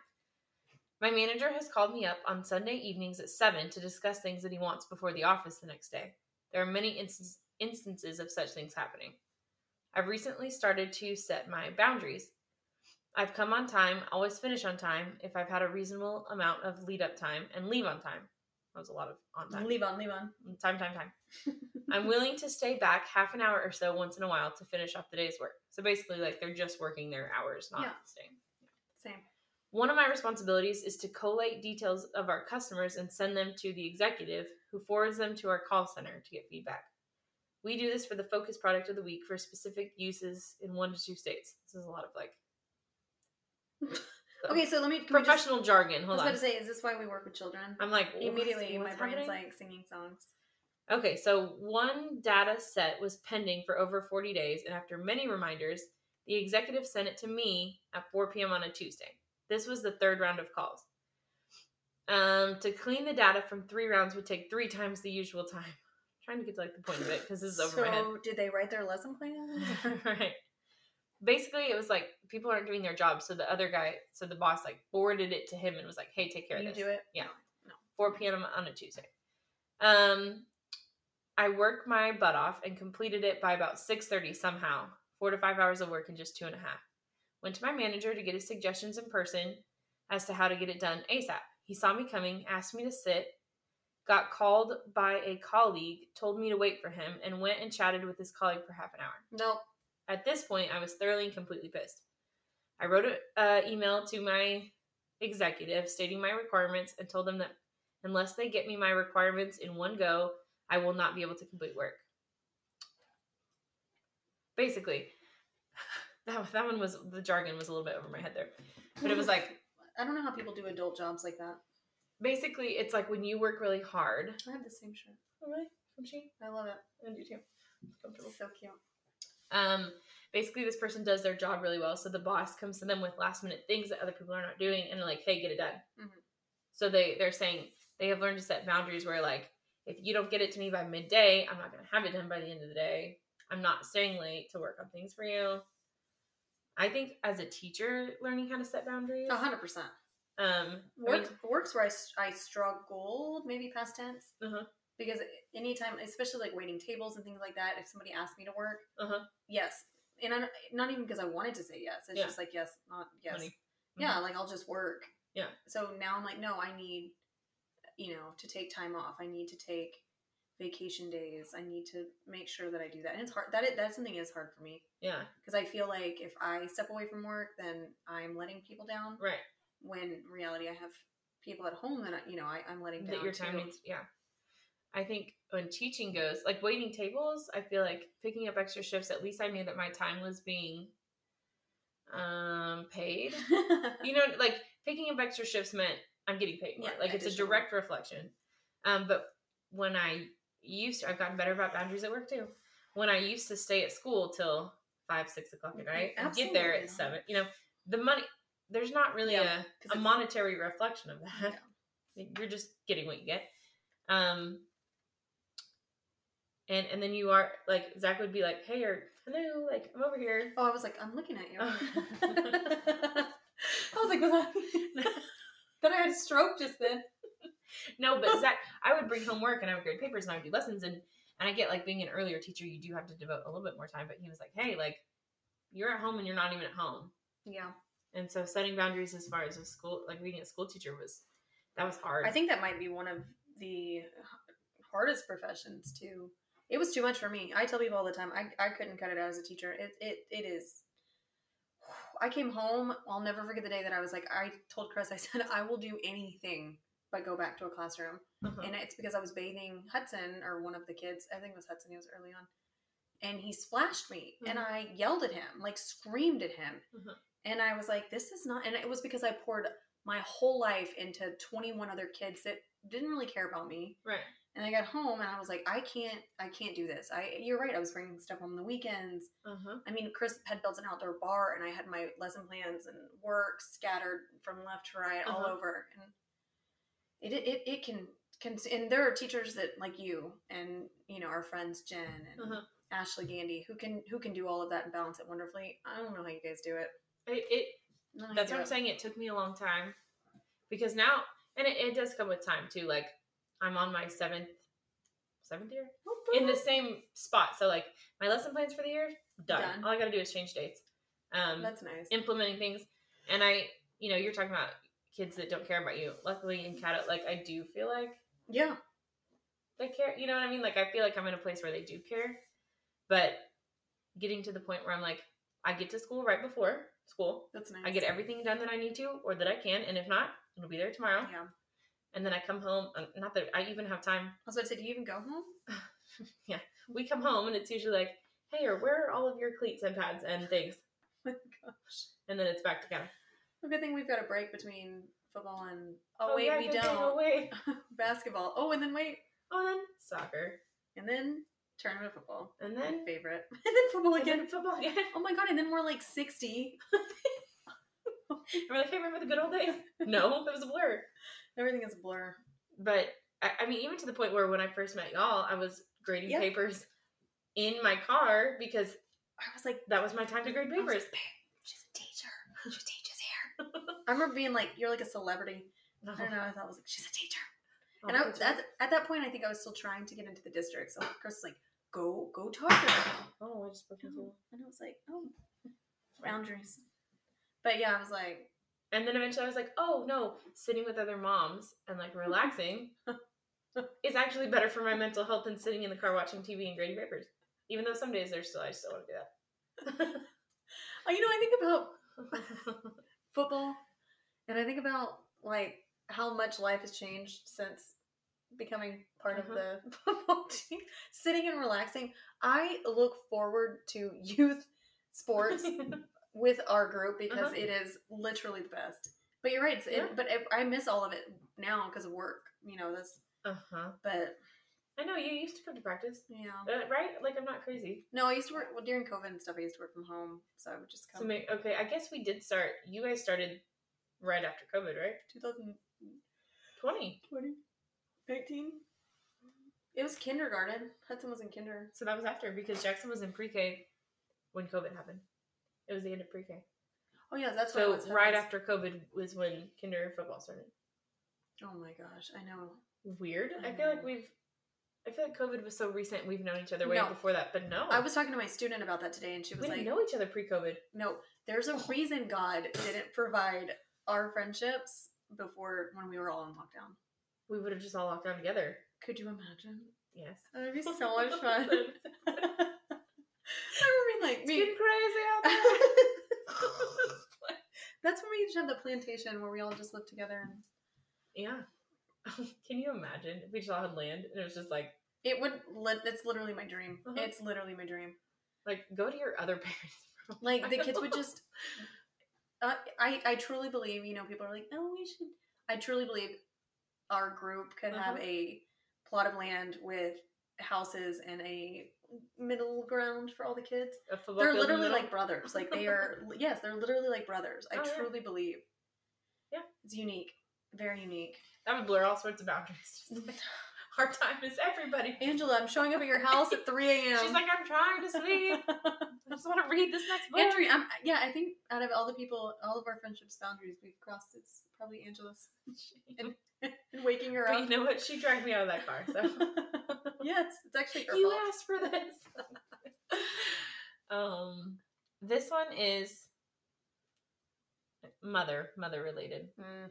S1: My manager has called me up on Sunday evenings at 7 to discuss things that he wants before the office the next day. There are many instance, instances of such things happening. I've recently started to set my boundaries. I've come on time, always finish on time if I've had a reasonable amount of lead up time and leave on time. That was a lot of on time.
S2: Leave on, leave on.
S1: Time, time, time. I'm willing to stay back half an hour or so once in a while to finish off the day's work. So basically, like they're just working their hours, not
S2: Yeah.
S1: staying.
S2: Same.
S1: One of my responsibilities is to collate details of our customers and send them to the executive, who forwards them to our call center to get feedback. We do this for the focus product of the week for specific uses in one to two states. This is a lot of like So-
S2: Okay, so let me can we just-
S1: professional jargon.
S2: I was
S1: Hold
S2: about
S1: on.
S2: to say, is this why we work with children?
S1: I'm like
S2: Immediately,
S1: what's
S2: my
S1: happening?
S2: brain's like singing songs.
S1: Okay, so one data set was pending for over 40 days, and after many reminders, the executive sent it to me at 4 p.m. on a Tuesday. This was the third round of calls. Um, to clean the data from three rounds would take three times the usual time. trying to get to like the point of it because this is over
S2: so,
S1: my head.
S2: did they write their lesson plan?
S1: right. Basically, it was like people aren't doing their job, so the other guy, so the boss, like forwarded it to him and was like, "Hey, take care
S2: you
S1: of this."
S2: do it.
S1: Yeah. 4 p.m. on a Tuesday. Um, I worked my butt off and completed it by about 6:30 somehow. Four to five hours of work in just two and a half. Went to my manager to get his suggestions in person as to how to get it done ASAP. He saw me coming, asked me to sit, got called by a colleague, told me to wait for him, and went and chatted with his colleague for half an hour.
S2: Nope.
S1: At this point, I was thoroughly and completely pissed. I wrote an uh, email to my executive stating my requirements and told them that unless they get me my requirements in one go, I will not be able to complete work. Basically, that, one- that one was the jargon was a little bit over my head there. But it was like,
S2: I don't know how people do adult jobs like that.
S1: basically, it's like when you work really hard.
S2: I have the same shirt.
S1: Oh, really? From Shein?
S2: I love it.
S1: I do too. Comfortable.
S2: It's so cute.
S1: Um, basically, this person does their job really well, so the boss comes to them with last minute things that other people are not doing, and they're like, "Hey, get it done."
S2: Mhm.
S1: So they they're saying, they have learned to set boundaries where like if you don't get it to me by midday, I'm not gonna have it done by the end of the day. I'm not staying late to work on things for you. I think as a teacher, learning how to set boundaries.
S2: A hundred percent.
S1: Um, I mean,
S2: Work, works where I, s- I struggled, maybe past tense,
S1: Uh-huh.
S2: because anytime, especially like waiting tables and things like that, if somebody asked me to work,
S1: Uh-huh.
S2: yes, and I, don't- not even because I wanted to say yes, it's
S1: Yeah.
S2: just like yes, not yes,
S1: Money. Mm-hmm.
S2: yeah, like I'll just work.
S1: Yeah.
S2: So now I'm like, no, I need, you know, to take time off. I need to take vacation days. I need to make sure that I do that, and it's hard. That it, that something is hard for me
S1: yeah,
S2: because I feel like if I step away from work, then I'm letting people down.
S1: right.
S2: When in reality, I have people at home that I, you know I, I'm letting down.
S1: that your time
S2: too.
S1: needs yeah i think when teaching goes like waiting tables i feel like picking up extra shifts at least i knew that my time was being um paid you know like picking up extra shifts meant i'm getting paid more
S2: Yeah,
S1: like it's a
S2: additional.
S1: direct reflection um but when i used to i've gotten better about boundaries at work too when i used to stay at school till five six o'clock at night and get there at
S2: Mm-hmm. Absolutely.
S1: seven you know the money there's not really
S2: Yeah,
S1: a
S2: 'cause
S1: a
S2: it's-
S1: monetary reflection of that.
S2: Yeah.
S1: Like, You're just getting what you get. Um, and and then you are like Zach would be like, "Hey, or hello, like I'm over here."
S2: oh, I was like, I'm looking at you.
S1: Oh.
S2: I was like, was I? That I had a stroke just then.
S1: No, but Zach, I would bring homework and I would grade papers and I would do lessons and and I get like being an earlier teacher, you do have to devote a little bit more time. But he was like, "Hey, like you're at home and you're not even at home."
S2: Yeah.
S1: And so setting boundaries as far as a school, like being a school teacher, was that was hard.
S2: I think that might be one of the hardest professions too. It was too much for me. I tell people all the time, I, I couldn't cut it out as a teacher. It, it it is. I came home. I'll never forget the day that I was like, I told Chris, I said, I will do anything but go back to a classroom.
S1: Uh-huh.
S2: And it's because I was bathing Hudson or one of the kids. I think it was Hudson. He was early on, and he splashed me, and
S1: Mhm.
S2: I yelled at him, like screamed at him,
S1: Mhm.
S2: and I was like, "This is not." And it was because I poured my whole life into 21 other kids that didn't really care about me.
S1: right.
S2: And I got home, and I was like, "I can't, I can't do this." I, you're right. I was bringing stuff home on the weekends.
S1: Uh huh.
S2: I mean, Chris had built an outdoor bar, and I had my lesson plans and work scattered from left to right all
S1: Uh-huh.
S2: over. And it, it, it can, can, and there are teachers that like you and you know our friends Jen and
S1: Uh huh.
S2: Ashley Gandy who can who can do all of that and balance it wonderfully. I don't know how you guys do it.
S1: It, it
S2: I don't know how you
S1: That's
S2: do
S1: what I'm
S2: it.
S1: saying. It took me a long time because now, and it, it does come with time too. Like I'm on my seventh, seventh year in
S2: Mm-hmm.
S1: the same spot. So like my lesson plans for the year done.
S2: Done.
S1: All I got to do is change dates, um,
S2: That's nice.
S1: implementing things. And I, you know, you're talking about kids that don't care about you. Luckily in Cat, like I do feel like
S2: Yeah.
S1: they care. You know what I mean? Like I feel like I'm in a place where they do care, but getting to the point where I'm like, I get to school right before school.
S2: That's nice.
S1: I get everything done that I need to or that I can, and if not, it'll be there tomorrow.
S2: Yeah.
S1: And then I come home. um, Not that I even have time.
S2: Also, I said, do you even go home?
S1: We come home, and it's usually like, "Hey, or where are all of your cleats and pads and things?"
S2: Oh my gosh.
S1: And then it's back to kind of.
S2: Well, good thing we've got a break between football and oh, wait,
S1: yeah,
S2: we
S1: good thing, Oh
S2: don't
S1: wait.
S2: basketball. Oh, and then wait,
S1: Oh, then soccer,
S2: and then tournament football.
S1: and
S2: My
S1: then
S2: favorite, and then football
S1: and
S2: again.
S1: then football again.
S2: Oh my god! And then we're like sixty.
S1: And we're like, "Hey, remember the good old days?" No, that was a blur.
S2: Everything is a blur.
S1: But I, I mean, even to the point where when I first met y'all, I was grading
S2: Yeah.
S1: papers in my car because
S2: I was like,
S1: that was my time to grade
S2: I was
S1: papers.
S2: like, "Babe, she's a teacher. She teaches here. I remember being like, you're like a celebrity. I don't know. I thought I was like, she's a teacher.
S1: "Oh,
S2: And I, that's, at that point, I think I was still trying to get into the district. So Chris was like, go, go talk to her.
S1: oh, I just broke into.
S2: And I was like, oh, boundaries. But yeah, I was like,
S1: And then eventually I was like, oh no, sitting with other moms and like relaxing is actually better for my mental health than sitting in the car watching TV and grading papers. Even though some days there's still, I still want to do
S2: oh, you know, I think about
S1: that.
S2: football and I think about like how much life has changed since becoming part
S1: Uh-huh.
S2: of the football team. Sitting and relaxing. I look forward to youth sports with our group because
S1: Uh-huh.
S2: it is literally the best. But you're right. It's,
S1: Yeah.
S2: it, but I I miss all of it now because of work. You know this.
S1: uh
S2: Uh-huh.
S1: huh.
S2: But
S1: I know you used to come to practice,
S2: yeah.
S1: uh, right? Like I'm not crazy.
S2: No, I used to work well during COVID and stuff. I used to work from home, so I would just come.
S1: So maybe, okay, I guess we did start. You guys started right after COVID, right?
S2: 2020.
S1: Twenty.
S3: 19?
S2: It was kindergarten. Hudson was in kinder.
S1: So that was after because Jackson was in pre-K when COVID happened. It was the end of pre-K.
S2: Oh yeah, that's
S1: so
S2: what it was.
S1: right
S2: That
S1: after COVID was when kinder football started.
S2: was- Oh my gosh, I know.
S1: Weird. I feel like
S2: Mm.
S1: we've. I feel like COVID was so recent. We've known each other way
S2: No.
S1: before that, but no,
S2: I was talking to my student about that today, and she
S1: We
S2: was
S1: didn't
S2: like,
S1: know each other pre-COVID.
S2: "No, there's
S1: Oh.
S2: a reason God didn't provide our friendships before when we were all in lockdown."
S1: We would have just all locked down together.
S2: Could you imagine?
S1: Yes.
S2: That'd be so much fun.
S1: it's
S2: I mean, like me.
S1: getting crazy out there.
S2: That's when we each had the plantation where we all just lived together, and
S1: yeah. Can you imagine if we just all had land and it was just like,
S2: it would. Li- it's literally my dream.
S1: Uh-huh.
S2: It's literally my dream.
S1: like go to your other parents. for a
S2: Like the kids would
S1: while.
S2: just. Uh, I I truly believe you know people are like oh we should. I truly believe our group could have
S1: Uh-huh.
S2: a plot of land with houses and a middle ground for all the kids.
S1: A football
S2: They're
S1: field in the
S2: literally
S1: middle.
S2: like brothers. Like they are yes, they're literally like brothers. I
S1: Oh, yeah.
S2: truly believe.
S1: Yeah.
S2: It's unique. Very unique.
S1: that would blur all sorts of boundaries. Just like, our time is everybody.
S2: Angela, I'm showing up at your house at 3 a.m.
S1: She's like, I'm trying to sleep. I just want to read this next book.
S2: Andrew, I'm, yeah, I think out of all the people, all of our friendships boundaries we've crossed, it's probably Angela's and waking her
S1: but
S2: up.
S1: you know what? She dragged me out of that car. So
S2: yes, it's actually her
S1: you
S2: fault.
S1: asked for this. um, this one is mother, mother related.
S2: Mm.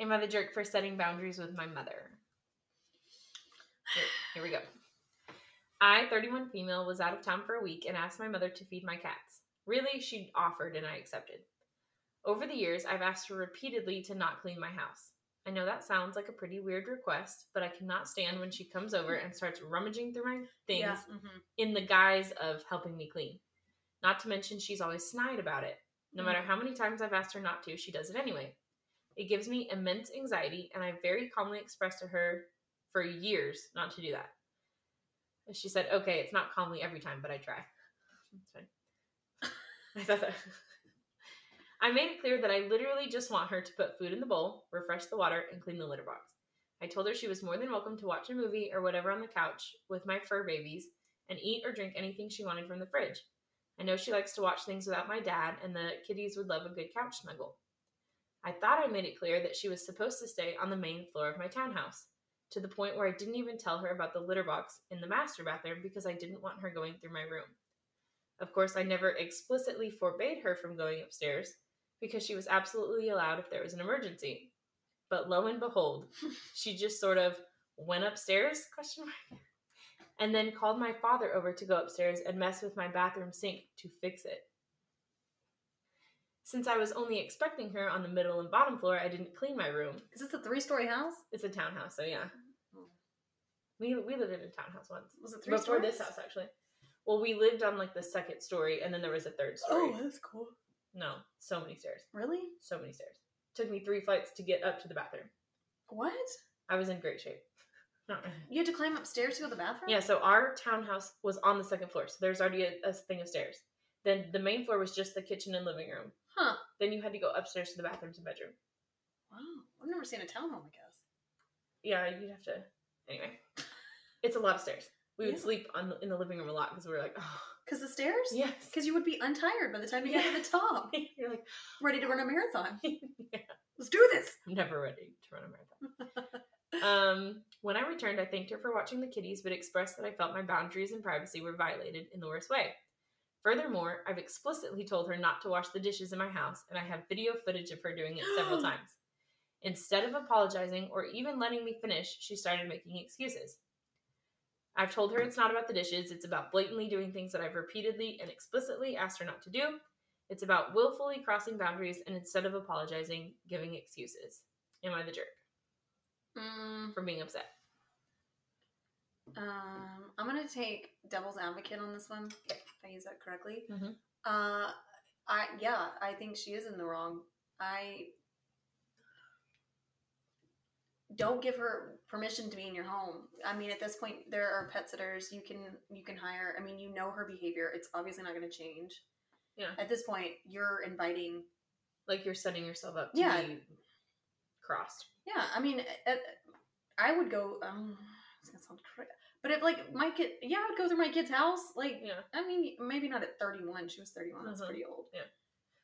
S1: Am I the jerk for setting boundaries with my mother? Here, here we go. I, 31 female, was out of town for a week and asked my mother to feed my cats. Really, she offered and I accepted. Over the years, I've asked her repeatedly to not clean my house. I know that sounds like a pretty weird request, but I cannot stand when she comes over and starts rummaging through my things
S2: Yeah, mhm.
S1: in the guise of helping me clean. Not to mention, she's always snide about it. No matter how many times I've asked her not to, she does it anyway. It gives me immense anxiety, and I very calmly expressed to her for years not to do that. And she said, Okay, it's not calmly every time, but I try. That's fine. I thought that. I made it clear that I literally just want her to put food in the bowl, refresh the water, and clean the litter box. I told her she was more than welcome to watch a movie or whatever on the couch with my fur babies and eat or drink anything she wanted from the fridge. I know she likes to watch things without my dad, and the kitties would love a good couch snuggle. I thought I made it clear that she was supposed to stay on the main floor of my townhouse, to the point where I didn't even tell her about the litter box in the master bathroom because I didn't want her going through my room. Of course, I never explicitly forbade her from going upstairs because she was absolutely allowed if there was an emergency. But lo and behold, she just sort of went upstairs question mark and then called my father over to go upstairs and mess with my bathroom sink to fix it. Since I was only expecting her on the middle and bottom floor, I didn't clean my room.
S2: Is this a three story house?
S1: It's a townhouse, so yeah.
S2: Oh.
S1: We we lived in a townhouse once.
S2: Was it three
S1: Before
S2: stories?
S1: this house actually. Well, we lived on like the second story and then there was a third story.
S2: Oh, that's cool.
S1: No, so many stairs.
S2: Really?
S1: So many stairs. Took me 3 flights to get up to the bathroom.
S2: What?
S1: I was in great shape. Not really.
S2: You had to climb upstairs to go to the bathroom?
S1: Yeah, so our townhouse was on the second floor, so there's already a, a thing of stairs. Then the main floor was just the kitchen and living room.
S2: Huh.
S1: Then you had to go upstairs to the bathrooms and bedroom.
S2: Wow. I've never seen a townhome, I guess.
S1: Yeah, you'd have to. Anyway, it's a lot of stairs. We would
S2: Yeah.
S1: sleep on the, in the living room a lot because we were like, oh,
S2: Because the stairs?
S1: yes.
S2: Because you would be untired by the time you get to the top,
S1: You're like,
S2: ready to run a marathon.
S1: Yeah.
S2: Let's do this.
S1: I'm never ready to run a marathon. Um, when I returned, I thanked her for watching the kitties, but expressed that I felt my boundaries and privacy were violated in the worst way. Furthermore, I've explicitly told her not to wash the dishes in my house, and I have video footage of her doing it several times. Instead of apologizing or even letting me finish, she started making excuses. I've told her it's not about the dishes, it's about blatantly doing things that I've repeatedly and explicitly asked her not to do. It's about willfully crossing boundaries and instead of apologizing, giving excuses. Am I the jerk
S2: Mm,
S1: for being upset?
S2: um, I'm going to take devil's advocate on this one, if I use that correctly.
S1: Mhm.
S2: Uh, I Yeah, I think she is in the wrong. I don't give her permission to be in your home. I mean, at this point, there are pet sitters you can you can hire. I mean, you know her behavior; it's obviously not going to change.
S1: Yeah.
S2: At this point, you're inviting
S1: like you're setting yourself up to
S2: Yeah.
S1: be crossed.
S2: Yeah, I mean, at, I would go. Um, it's gonna sound crazy, but if like my kid, yeah, I would go through my kid's house. Like,
S1: Yeah.
S2: I mean, maybe not at 31. She was 31. That's
S1: Mhm.
S2: pretty old.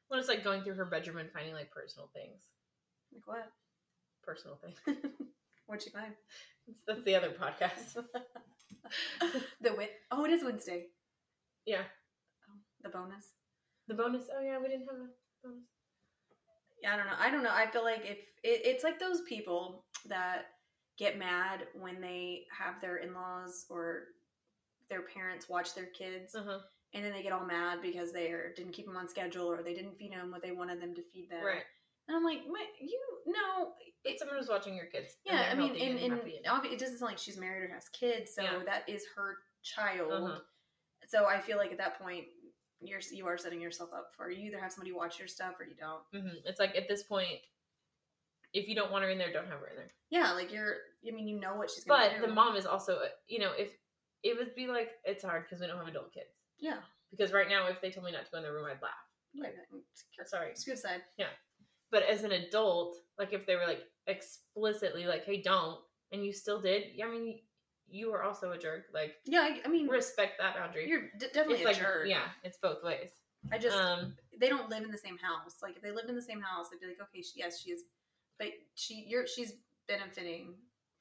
S1: Well, it's like going through her bedroom and finding like personal things.
S2: Like what?
S1: Personal things.
S2: What'd she find?
S1: That's the other podcast.
S2: the win. Oh, it is Wednesday.
S1: yeah.
S2: Oh, the bonus.
S1: The bonus. Oh yeah, we didn't have a bonus.
S2: Yeah, I don't know. I don't know. I feel like if it, it's like those people that get mad when they have their in-laws or their parents watch their kids
S1: Uh-huh.
S2: and then they get all mad because they are, didn't keep them on schedule or they didn't feed them what they wanted them to feed them.
S1: Right.
S2: And I'm like, what? You no.
S1: It's someone who's watching your kids. and
S2: Yeah,
S1: they're
S2: I mean,
S1: healthy
S2: and, and,
S1: happy
S2: obvi- it doesn't sound like she's married or has kids, so
S1: Yeah.
S2: that is her child.
S1: Uh-huh.
S2: So I feel like at that point, you're you are setting yourself up for you either have somebody watch your stuff or you don't.
S1: Mhm. It's like at this point, if you don't want her in there, don't have her in there.
S2: Yeah, like you're. I mean, you know what she's. Gonna
S1: But
S2: do.
S1: the mom is also, uh, you know, if it would be like it's hard because we don't have adult kids.
S2: Yeah.
S1: Because right now, if they told me not to go in the room, I'd laugh.
S2: Like,
S1: Sorry.
S2: scoot aside.
S1: But as an adult, like if they were like explicitly like, "Hey, don't," and you still did, I mean, you were also a jerk. Like
S2: Yeah, I, I mean,
S1: respect that boundary.
S2: you're d- definitely
S1: it's
S2: a
S1: like
S2: jerk.
S1: yeah, it's both ways.
S2: I just
S1: um,
S2: they don't live in the same house. Like if they lived in the same house, I'd be like, okay, she, yes, she is, but she you're she's benefiting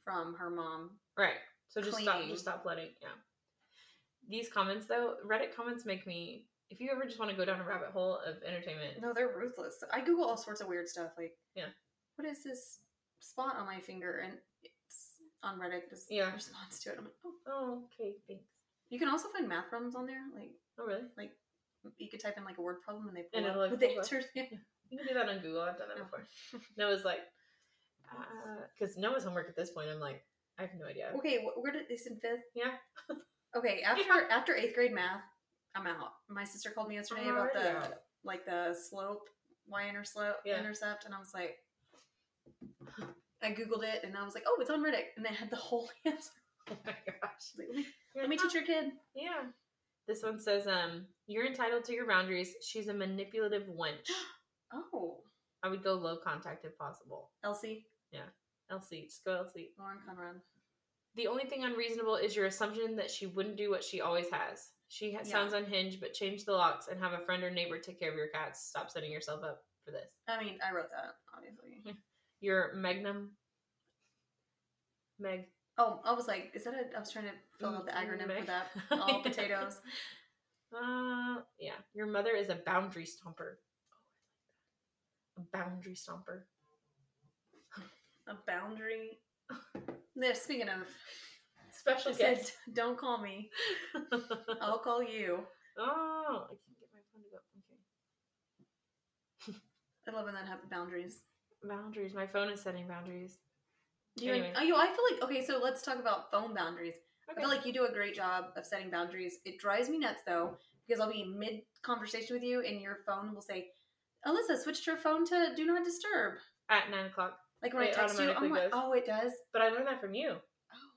S2: from her mom.
S1: Right. So just stop.
S2: Cleaning.
S1: Just stop letting. Yeah. These comments though, Reddit comments make me. If you ever just want to go down a rabbit hole of entertainment,
S2: No, they're ruthless. I Google all sorts of weird stuff. Like,
S1: Yeah.
S2: what is this spot on my finger? And it's on Reddit. Just
S1: Yeah.
S2: response to it. I'm like, oh.
S1: oh okay, thanks.
S2: You can also find math problems on there. Like
S1: Oh really?
S2: you could type in like a word problem and they pull
S1: And
S2: up
S1: it'll, like,
S2: with the
S1: pull up.
S2: answers. Yeah.
S1: You can do that on Google. I've done that
S2: Yeah.
S1: before.
S2: Oh.
S1: Noah's like, because Noah's homework at this point, I'm like, I have no idea.
S2: Okay, wh- where did it's in fifth?
S1: Yeah.
S2: Okay, after after eighth grade math, I'm out. My sister called me yesterday
S1: I'm
S2: about the
S1: already out.
S2: like the slope, y intercept,
S1: Yeah.
S2: intercept, and I was like, I googled it and I was like, oh, it's on Reddit, and they had the whole answer.
S1: Oh my gosh.
S2: Like, let me,
S1: You're
S2: let me
S1: like,
S2: teach your kid.
S1: "Oh, Yeah. This one says, um, you're entitled to your boundaries. She's a manipulative wench.
S2: Oh,
S1: I would go low contact if possible.
S2: Elsie,
S1: Elsie, just go Elsie.
S2: Lauren Conrad.
S1: The only thing unreasonable is your assumption that she wouldn't do what she always has. She ha-
S2: Yeah.
S1: sounds unhinged, but change the locks and have a friend or neighbor take care of your cats. Stop setting yourself up for this.
S2: I mean, I wrote that obviously.
S1: Your magnum. Meg.
S2: Oh, I was like, is that a? I was trying to fill out the acronym for
S1: Meg.
S2: that. All potatoes.
S1: Uh, yeah. Your mother is a boundary stomper. Oh, A boundary stomper.
S2: A boundary. There. Speaking of,
S1: Special
S2: she said, "Don't call me.
S1: oh,
S2: I'll call you."
S1: I can't get my phone to go. Okay.
S2: I love when that happens. Boundaries.
S1: Boundaries. My phone is setting boundaries.
S2: You,
S1: Anyway.
S2: oh, you, I feel like okay. So let's talk about phone boundaries. I
S1: Okay.
S2: feel like you do a great job of setting boundaries. It drives me nuts though because I'll be mid conversation with you and your phone will say, "Alyssa, switch to your phone to do not disturb."
S1: At nine o'clock.
S2: Like when I
S1: It
S2: text you, I'm
S1: automatically
S2: like,
S1: goes.
S2: "Oh, it does.
S1: But I learned that from you.
S2: Oh.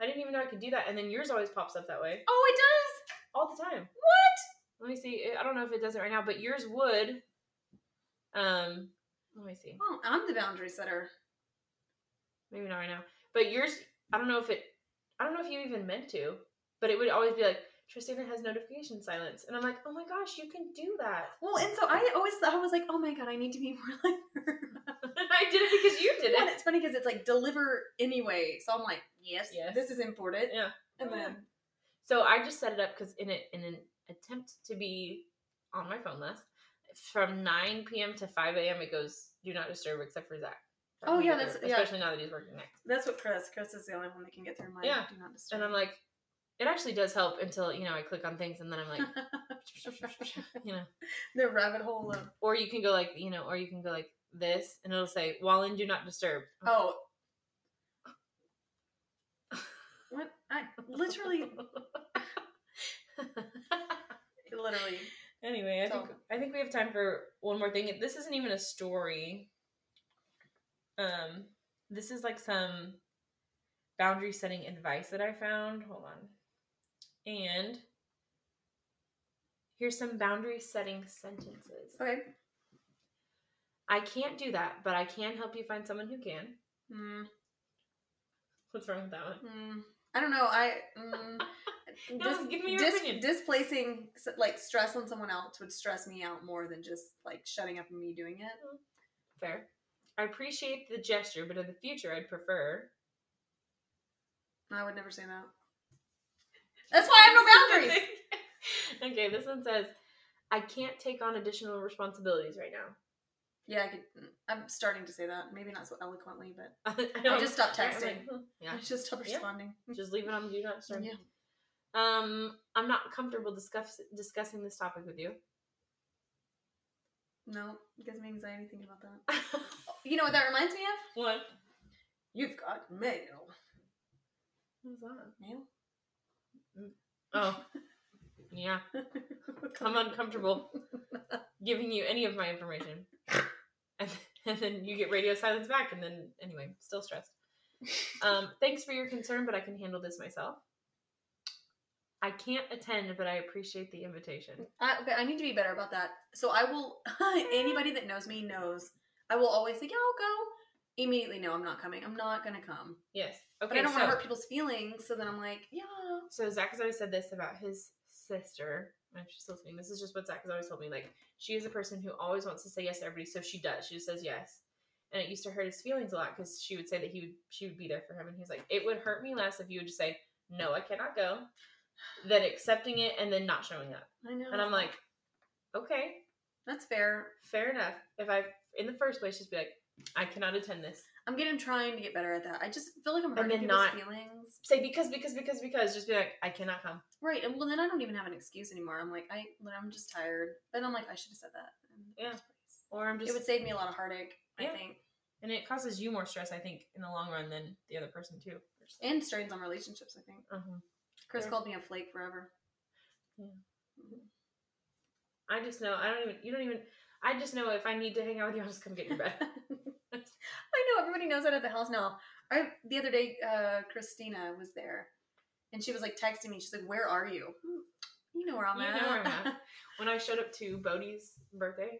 S1: I didn't even know I could do that. And then yours always pops up that way
S2: Oh, it does."
S1: all the time.
S2: What?
S1: Let me see. I don't know if it does it right now, but yours would. Um, let me see.
S2: Oh, I'm the boundary setter.
S1: Maybe not right now. But yours, I don't know if it. I don't know if you even meant to, but it would always be like Tristina has notification silence, and I'm like, oh my gosh, you can do that.
S2: Well, and so I always, I was like, "Oh my god, I need to be more like her."
S1: I did it because you did
S2: Well,
S1: it.
S2: it's funny because it's like deliver anyway. So I'm like, "Yes,
S1: Yes.
S2: this is important."
S1: Yeah.
S2: And
S1: Oh, yeah.
S2: then
S1: So I just set it up because in it in an attempt to be on my phone less, from 9 p.m. to 5 a.m. it goes do not disturb except for Zach. That
S2: Oh,
S1: can
S2: yeah,
S1: get
S2: that's-
S1: through,
S2: yeah.
S1: especially now that he's working next.
S2: That's what Chris. Chris is the only one that can get through my
S1: Yeah.
S2: do not disturb.
S1: And I'm like, it actually does help until you know I click on things and then I'm like, you know,
S2: the rabbit hole of
S1: or you can go like you know, or you can go like this and it'll say while in do not disturb.
S2: oh. What I literally, literally.
S1: anyway, I
S2: So-
S1: think I think we have time for one more thing. This isn't even a story. Um, this is like some boundary setting advice that I found. Hold on, and here's some boundary setting sentences.
S2: Okay. Hmm.
S1: I can't do that, but I can help you find someone who can.
S2: Mm.
S1: What's wrong with that one?
S2: Mm, I don't know. I mm,
S1: No, give me your opinion.
S2: Displacing s- like stress on someone else would stress me out more than just like shutting up and me doing it.
S1: Hmm. Fair. I appreciate the gesture, but in the future, I'd prefer.
S2: I would never say that. That's why I have no boundaries.
S1: okay, this one says, "I can't take on additional responsibilities right now."
S2: Yeah, I could, I'm starting to say that. Maybe not so eloquently, but
S1: I,
S2: I just stopped
S1: I'm like,
S2: texting.
S1: "Hmm, yeah,
S2: I just stop
S1: Yeah.
S2: responding.
S1: just leave it on do not disturb.
S2: Yeah.
S1: Um, I'm not comfortable discuss- discussing this topic with you.
S2: No, it gives me anxiety thinking about that. You know what that reminds me of?
S1: what?
S2: You've got mail.
S1: What's that?
S2: Mail?
S1: Oh, yeah. I'm uncomfortable giving you any of my information. And, and then you get radio silence back, and then, anyway, still stressed. Um, thanks for your concern, but I can handle this myself. I can't attend, but I appreciate the invitation.
S2: I, okay, I need to be better about that. So I will. anybody that knows me knows. I will always say, "Yeah, I'll go." Immediately, no, I'm not coming. I'm not gonna come.
S1: Yes.
S2: But
S1: Okay.
S2: I don't
S1: so,
S2: want to hurt people's feelings. So then I'm like, "Yeah."
S1: so Zach has always said this about his sister. If she's listening, this is just what Zach has always told me. Like she is a person who always wants to say yes to everybody, so she does. She just says yes, and it used to hurt his feelings a lot because she would say that he would she would be there for him, and he's like, it would hurt me less if you would just say no, I cannot go, than accepting it and then not showing up.
S2: I know.
S1: And I'm like, okay,
S2: that's fair.
S1: fair enough. If I in the first place just be like, I cannot attend this.
S2: I'm getting trying to get better at that. I just feel like I'm hurting
S1: then
S2: people's
S1: not-
S2: feelings.
S1: Say because because because because just be like, I cannot come.
S2: Right, and well, then I don't even have an excuse anymore. I'm like, I, I'm just tired. Then I'm like, I should have said that. in the
S1: Yeah.
S2: first place.
S1: Or I'm just
S2: It would save me a lot of heartache,
S1: Yeah.
S2: I think,
S1: And it causes you more stress, I think, in the long run than the other person too.
S2: and strains on relationships. I think
S1: Uh-huh.
S2: Chris
S1: Fair.
S2: called me a flake forever.
S1: I just know I don't even. You don't even. I just know if I need to hang out with you, I'll just come get your bed.
S2: I know everybody knows that at the house now. I the other day, uh, Christina was there, and she was like texting me. She's like, "Where are you? You know where I'm
S1: You
S2: at.
S1: know where I'm at. when I showed up to Bodie's birthday,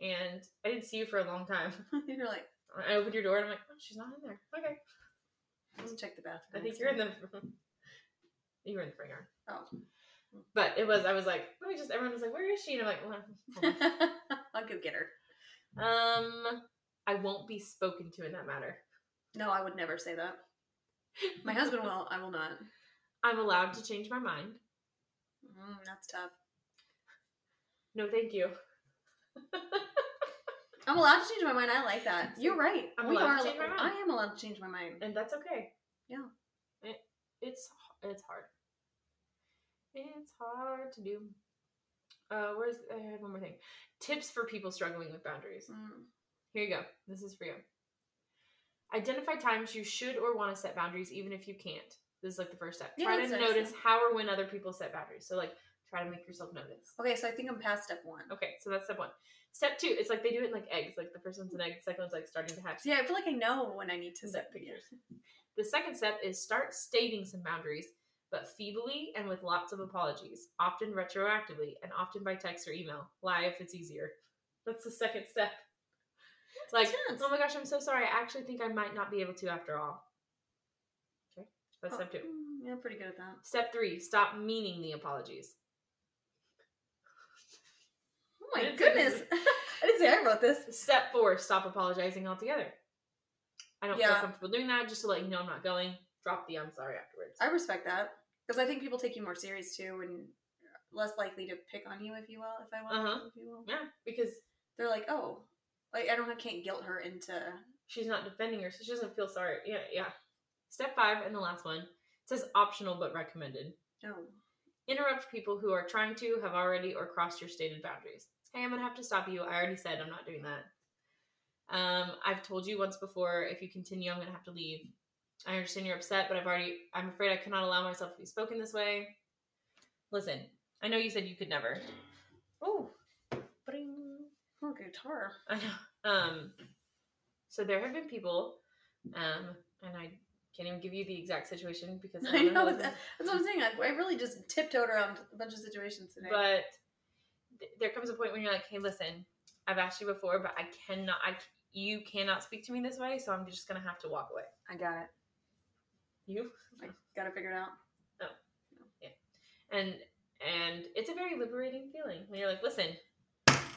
S1: and I didn't see you for a long time,
S2: And you're like,
S1: I opened your door and I'm like, oh, she's not in there. Okay,
S2: let's check the bathroom.
S1: I think you're in the. you were in the front yard.
S2: Oh.
S1: But it was. I was like, let me just. Everyone was like, where is she? And I'm like, well, hold on.
S2: I'll go get her.
S1: um, I won't be spoken to in that matter.
S2: No, I would never say that. My husband will. I will not.
S1: I'm allowed to change my mind.
S2: Mm, that's tough.
S1: No, thank you.
S2: I'm allowed to change my mind. I like that. You're right.
S1: I'm
S2: We
S1: allowed to
S2: are
S1: change my mind.
S2: I am allowed to change my mind.
S1: and that's okay.
S2: Yeah.
S1: It, it's h- it's hard. It's hard to do. Uh, where's I had one more thing. Tips for people struggling with boundaries.
S2: Mm.
S1: Here you go. This is for you. Identify times you should or want to set boundaries, even if you can't. This is like the first step.
S2: Yeah,
S1: try to
S2: that's nice.
S1: notice how or when other people set boundaries. So like, try to make yourself notice.
S2: Okay, so I think I'm past step one.
S1: Okay, so that's step one. Step two, it's like they do it in like eggs. Like the first one's an egg, the second one's like starting to hatch.
S2: So yeah, I feel like I know when I need to
S1: Is
S2: set
S1: that
S2: figures.
S1: figures. The second step is start stating some boundaries, but feebly and with lots of apologies, often retroactively and often by text or email. Lie if it's easier. That's the second step. It's like,
S2: intense.
S1: oh my gosh, I'm so sorry. I actually think I might not be able to after all. Okay,
S2: Oh.
S1: that's step two.
S2: Yeah, I'm pretty good at that.
S1: Step three, stop meaning the apologies.
S2: Oh my
S1: I didn't say this
S2: goodness. I didn't say I wrote this.
S1: Step four, stop apologizing altogether. I don't feel
S2: Yeah.
S1: comfortable doing that. Just to let you know I'm not going. Drop the I'm sorry afterwards.
S2: I respect that because I think people take you more serious too and less likely to pick on you if you will, if I will.
S1: Uh-huh.
S2: If you will.
S1: yeah, because
S2: They're like, oh, like I don't I can't guilt her into.
S1: she's not defending herself. She doesn't feel sorry. Yeah, yeah. Step five and the last one it says optional but recommended.
S2: Oh,
S1: Interrupt people who are trying to, have already, or crossed your stated boundaries. Hey, I'm gonna have to stop you. I already said I'm not doing that. Um, I've told you once before. If you continue, I'm gonna have to leave. I understand you're upset, but I've already. I'm afraid I cannot allow myself to be spoken this way. Listen, I know you said you could never. Oh,
S2: oh, guitar.
S1: I know. Um, so there have been people, um, and I can't even give you the exact situation because
S2: I
S1: don't
S2: know
S1: this
S2: that-
S1: is-
S2: That's what I'm saying. I, I really just tiptoed around a bunch of situations today.
S1: But th- there comes a point when you're like, hey, listen, I've asked you before, but I cannot, I c- you cannot speak to me this way, so I'm just gonna have to walk away.
S2: I got it.
S1: You?
S2: I gotta figure it out.
S1: And and it's a very liberating feeling when you're like, listen,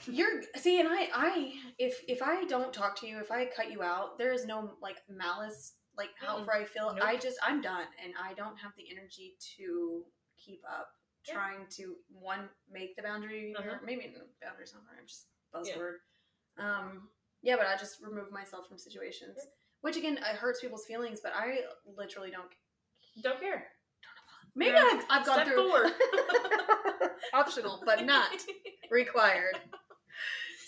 S2: You're see, and I, I, if if I don't talk to you, if I cut you out, there is no like malice, like however I feel.
S1: Nope.
S2: I just I'm done, and I don't have the energy to keep up
S1: Yeah.
S2: trying to one make the boundary,
S1: Uh-huh.
S2: or maybe no, boundaries not right. I'm just
S1: Yeah.
S2: buzzword. Um, yeah, but I just remove myself from situations,
S1: Yeah.
S2: which again it hurts people's feelings, but I literally don't.
S1: don't care.
S2: Maybe
S1: Yeah.
S2: I've, I've gone
S1: Step
S2: through
S1: forward.
S2: optional, but not required.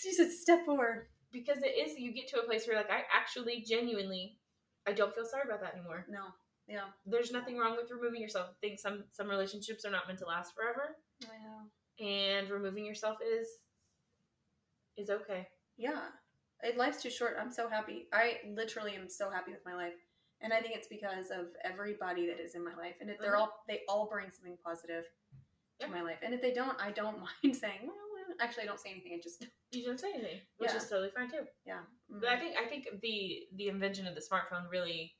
S2: She said step forward.
S1: because it is you get to a place where you're like, I actually genuinely I don't feel sorry about that anymore.
S2: No, yeah.
S1: There's nothing wrong with removing yourself. I think some some relationships are not meant to last forever. And removing yourself is is okay.
S2: Yeah. It, life's too short. I'm so happy. I literally am so happy with my life. And I think it's because of everybody that is in my life. And if they're
S1: Mhm.
S2: all they all bring something positive
S1: Yeah.
S2: to my life. And if they don't, I don't mind saying, well, well," actually I don't say anything. I just
S1: You don't say anything, which is
S2: Yeah.
S1: totally fine too.
S2: yeah. Mm.
S1: But I think I think the the invention of the smartphone really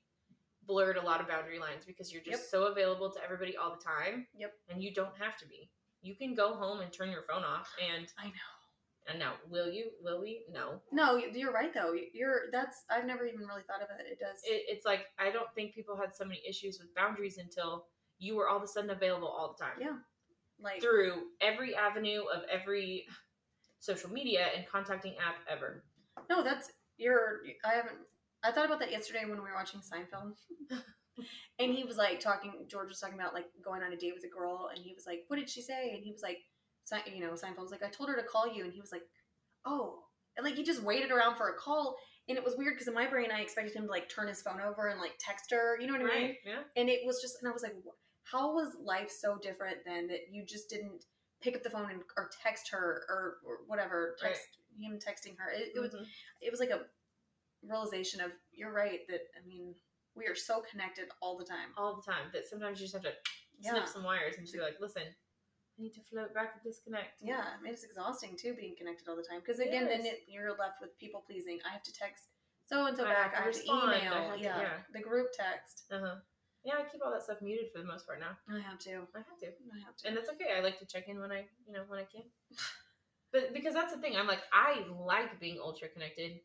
S1: blurred a lot of boundary lines because you're just
S2: Yep.
S1: so available to everybody all the time.
S2: Yep.
S1: And you don't have to be. You can go home and turn your phone off and
S2: I know.
S1: and now will you will we? No.
S2: No, y- you're right though. You're that's I've never even really thought of it. It does.
S1: It, it's like I don't think people had so many issues with boundaries until you were all of a sudden available all the time.
S2: Yeah. like
S1: Through every avenue of every social media and contacting app ever.
S2: No, that's you're. I haven't. I thought about that yesterday when we were watching Seinfeld, and he was like talking. George was talking about like going on a date with a girl, and he was like, "What did she say?" And he was like, Sein- "You know, Seinfeld was like, I told her to call you," and he was like, "Oh," and like he just waited around for a call, and it was weird because in my brain I expected him to like turn his phone over and like text her, you know what I mean?
S1: Yeah.
S2: And it was just, and I was like, "Wha- how was life so different then that you just didn't pick up the phone and or text her or, or whatever
S1: Right.
S2: text him texting her? It, it was
S1: Mhm.
S2: it was like a realization of you're right that I mean we are so connected all the time.
S1: all the time. That sometimes you just have to
S2: Yeah,
S1: snip some wires and just be like, listen, I need to float back and disconnect.
S2: yeah. I mean, it's exhausting too being connected all the time because again, then
S1: Yes.
S2: it, you're left with people pleasing. I have to text so and so
S1: I have
S2: back.
S1: to
S2: I have to
S1: respond, I
S2: email.
S1: have to-
S2: yeah.
S1: yeah.
S2: the group text.
S1: Uh huh. Yeah, I keep all that stuff muted for the most part now.
S2: I have to.
S1: I have to,
S2: I have to.
S1: and that's okay. I like to check in when I, you know, when I can. But because that's the thing, I'm like, I like being ultra connected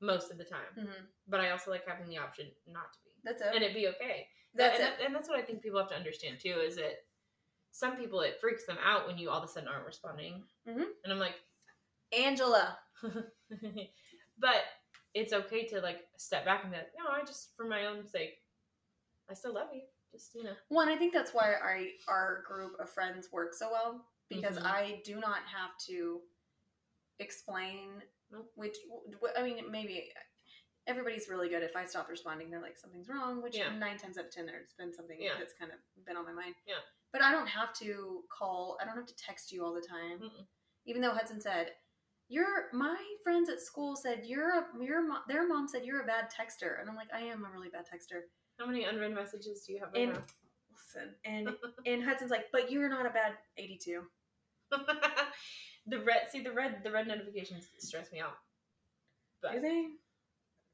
S1: most of the time,
S2: Mhm.
S1: but I also like having the option not to be,
S2: That's it.
S1: and it be okay.
S2: That's
S1: and,
S2: it.
S1: That, and that's what I think people have to understand too is that some people it freaks them out when you all of a sudden aren't responding,
S2: Mhm.
S1: and I'm like.
S2: Angela.
S1: but it's okay to like step back and be like, no, I just for my own sake, I still love you. Just you know,
S2: One, I think that's why I, our group of friends work so well because
S1: Mhm.
S2: I do not have to explain
S1: Nope.
S2: which wh- I mean maybe everybody's really good if I stop responding they're like something's wrong which
S1: Yeah.
S2: 9 times out of 10 there's been something
S1: Yeah.
S2: that's kind of been on my mind.
S1: Yeah.
S2: But I don't have to call, I don't have to text you all the time.
S1: Mm-mm.
S2: Even though Hudson said your my friends at school said you're a your mo- their mom said you're a bad texter and I'm like I am a really bad texter
S1: how many unread messages do you have? Right
S2: and listen, and and Hudson's like, but you're not a bad 82.
S1: now? the red, see the red, the red notifications stress me out. But
S2: Do they?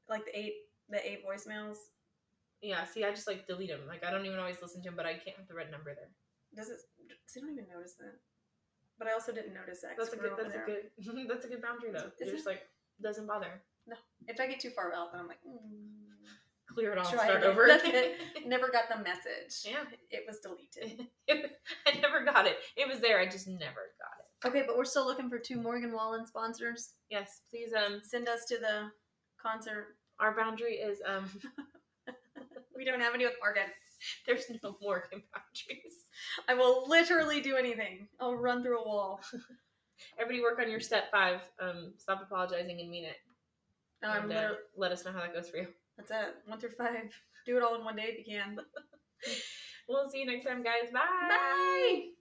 S2: Like the eight, the eight voicemails.
S1: yeah, see, I just like delete them. Like I don't even always listen to them, but I can't have the red number there.
S2: Does it? See, I don't even notice that. But I also didn't notice that. 'cause
S1: That's a
S2: we're
S1: good.
S2: over
S1: That's a
S2: there.
S1: good. that's a good boundary though.
S2: Is
S1: You're
S2: it?
S1: just like doesn't bother.
S2: If I get too far out, then I'm like, mm,
S1: Clear it all. and
S2: Try
S1: Start
S2: again.
S1: over.
S2: That's never got the message.
S1: yeah,
S2: It was deleted.
S1: I never got it. It was there. I just never got it.
S2: Okay, but we're still looking for two Morgan Wallen sponsors.
S1: Yes, please. Um,
S2: Send us to the concert.
S1: our boundary is um
S2: We don't have any with Morgan.
S1: there's no Morgan boundaries.
S2: I will literally do anything. I'll run through a wall.
S1: Everybody work on your step five. Um, stop apologizing and mean it.
S2: No, I'm
S1: and, uh,
S2: literally.
S1: let us know how that goes for you.
S2: That's it. One through five. Do it all in one day if you can.
S1: We'll see you next time, guys.
S2: Bye.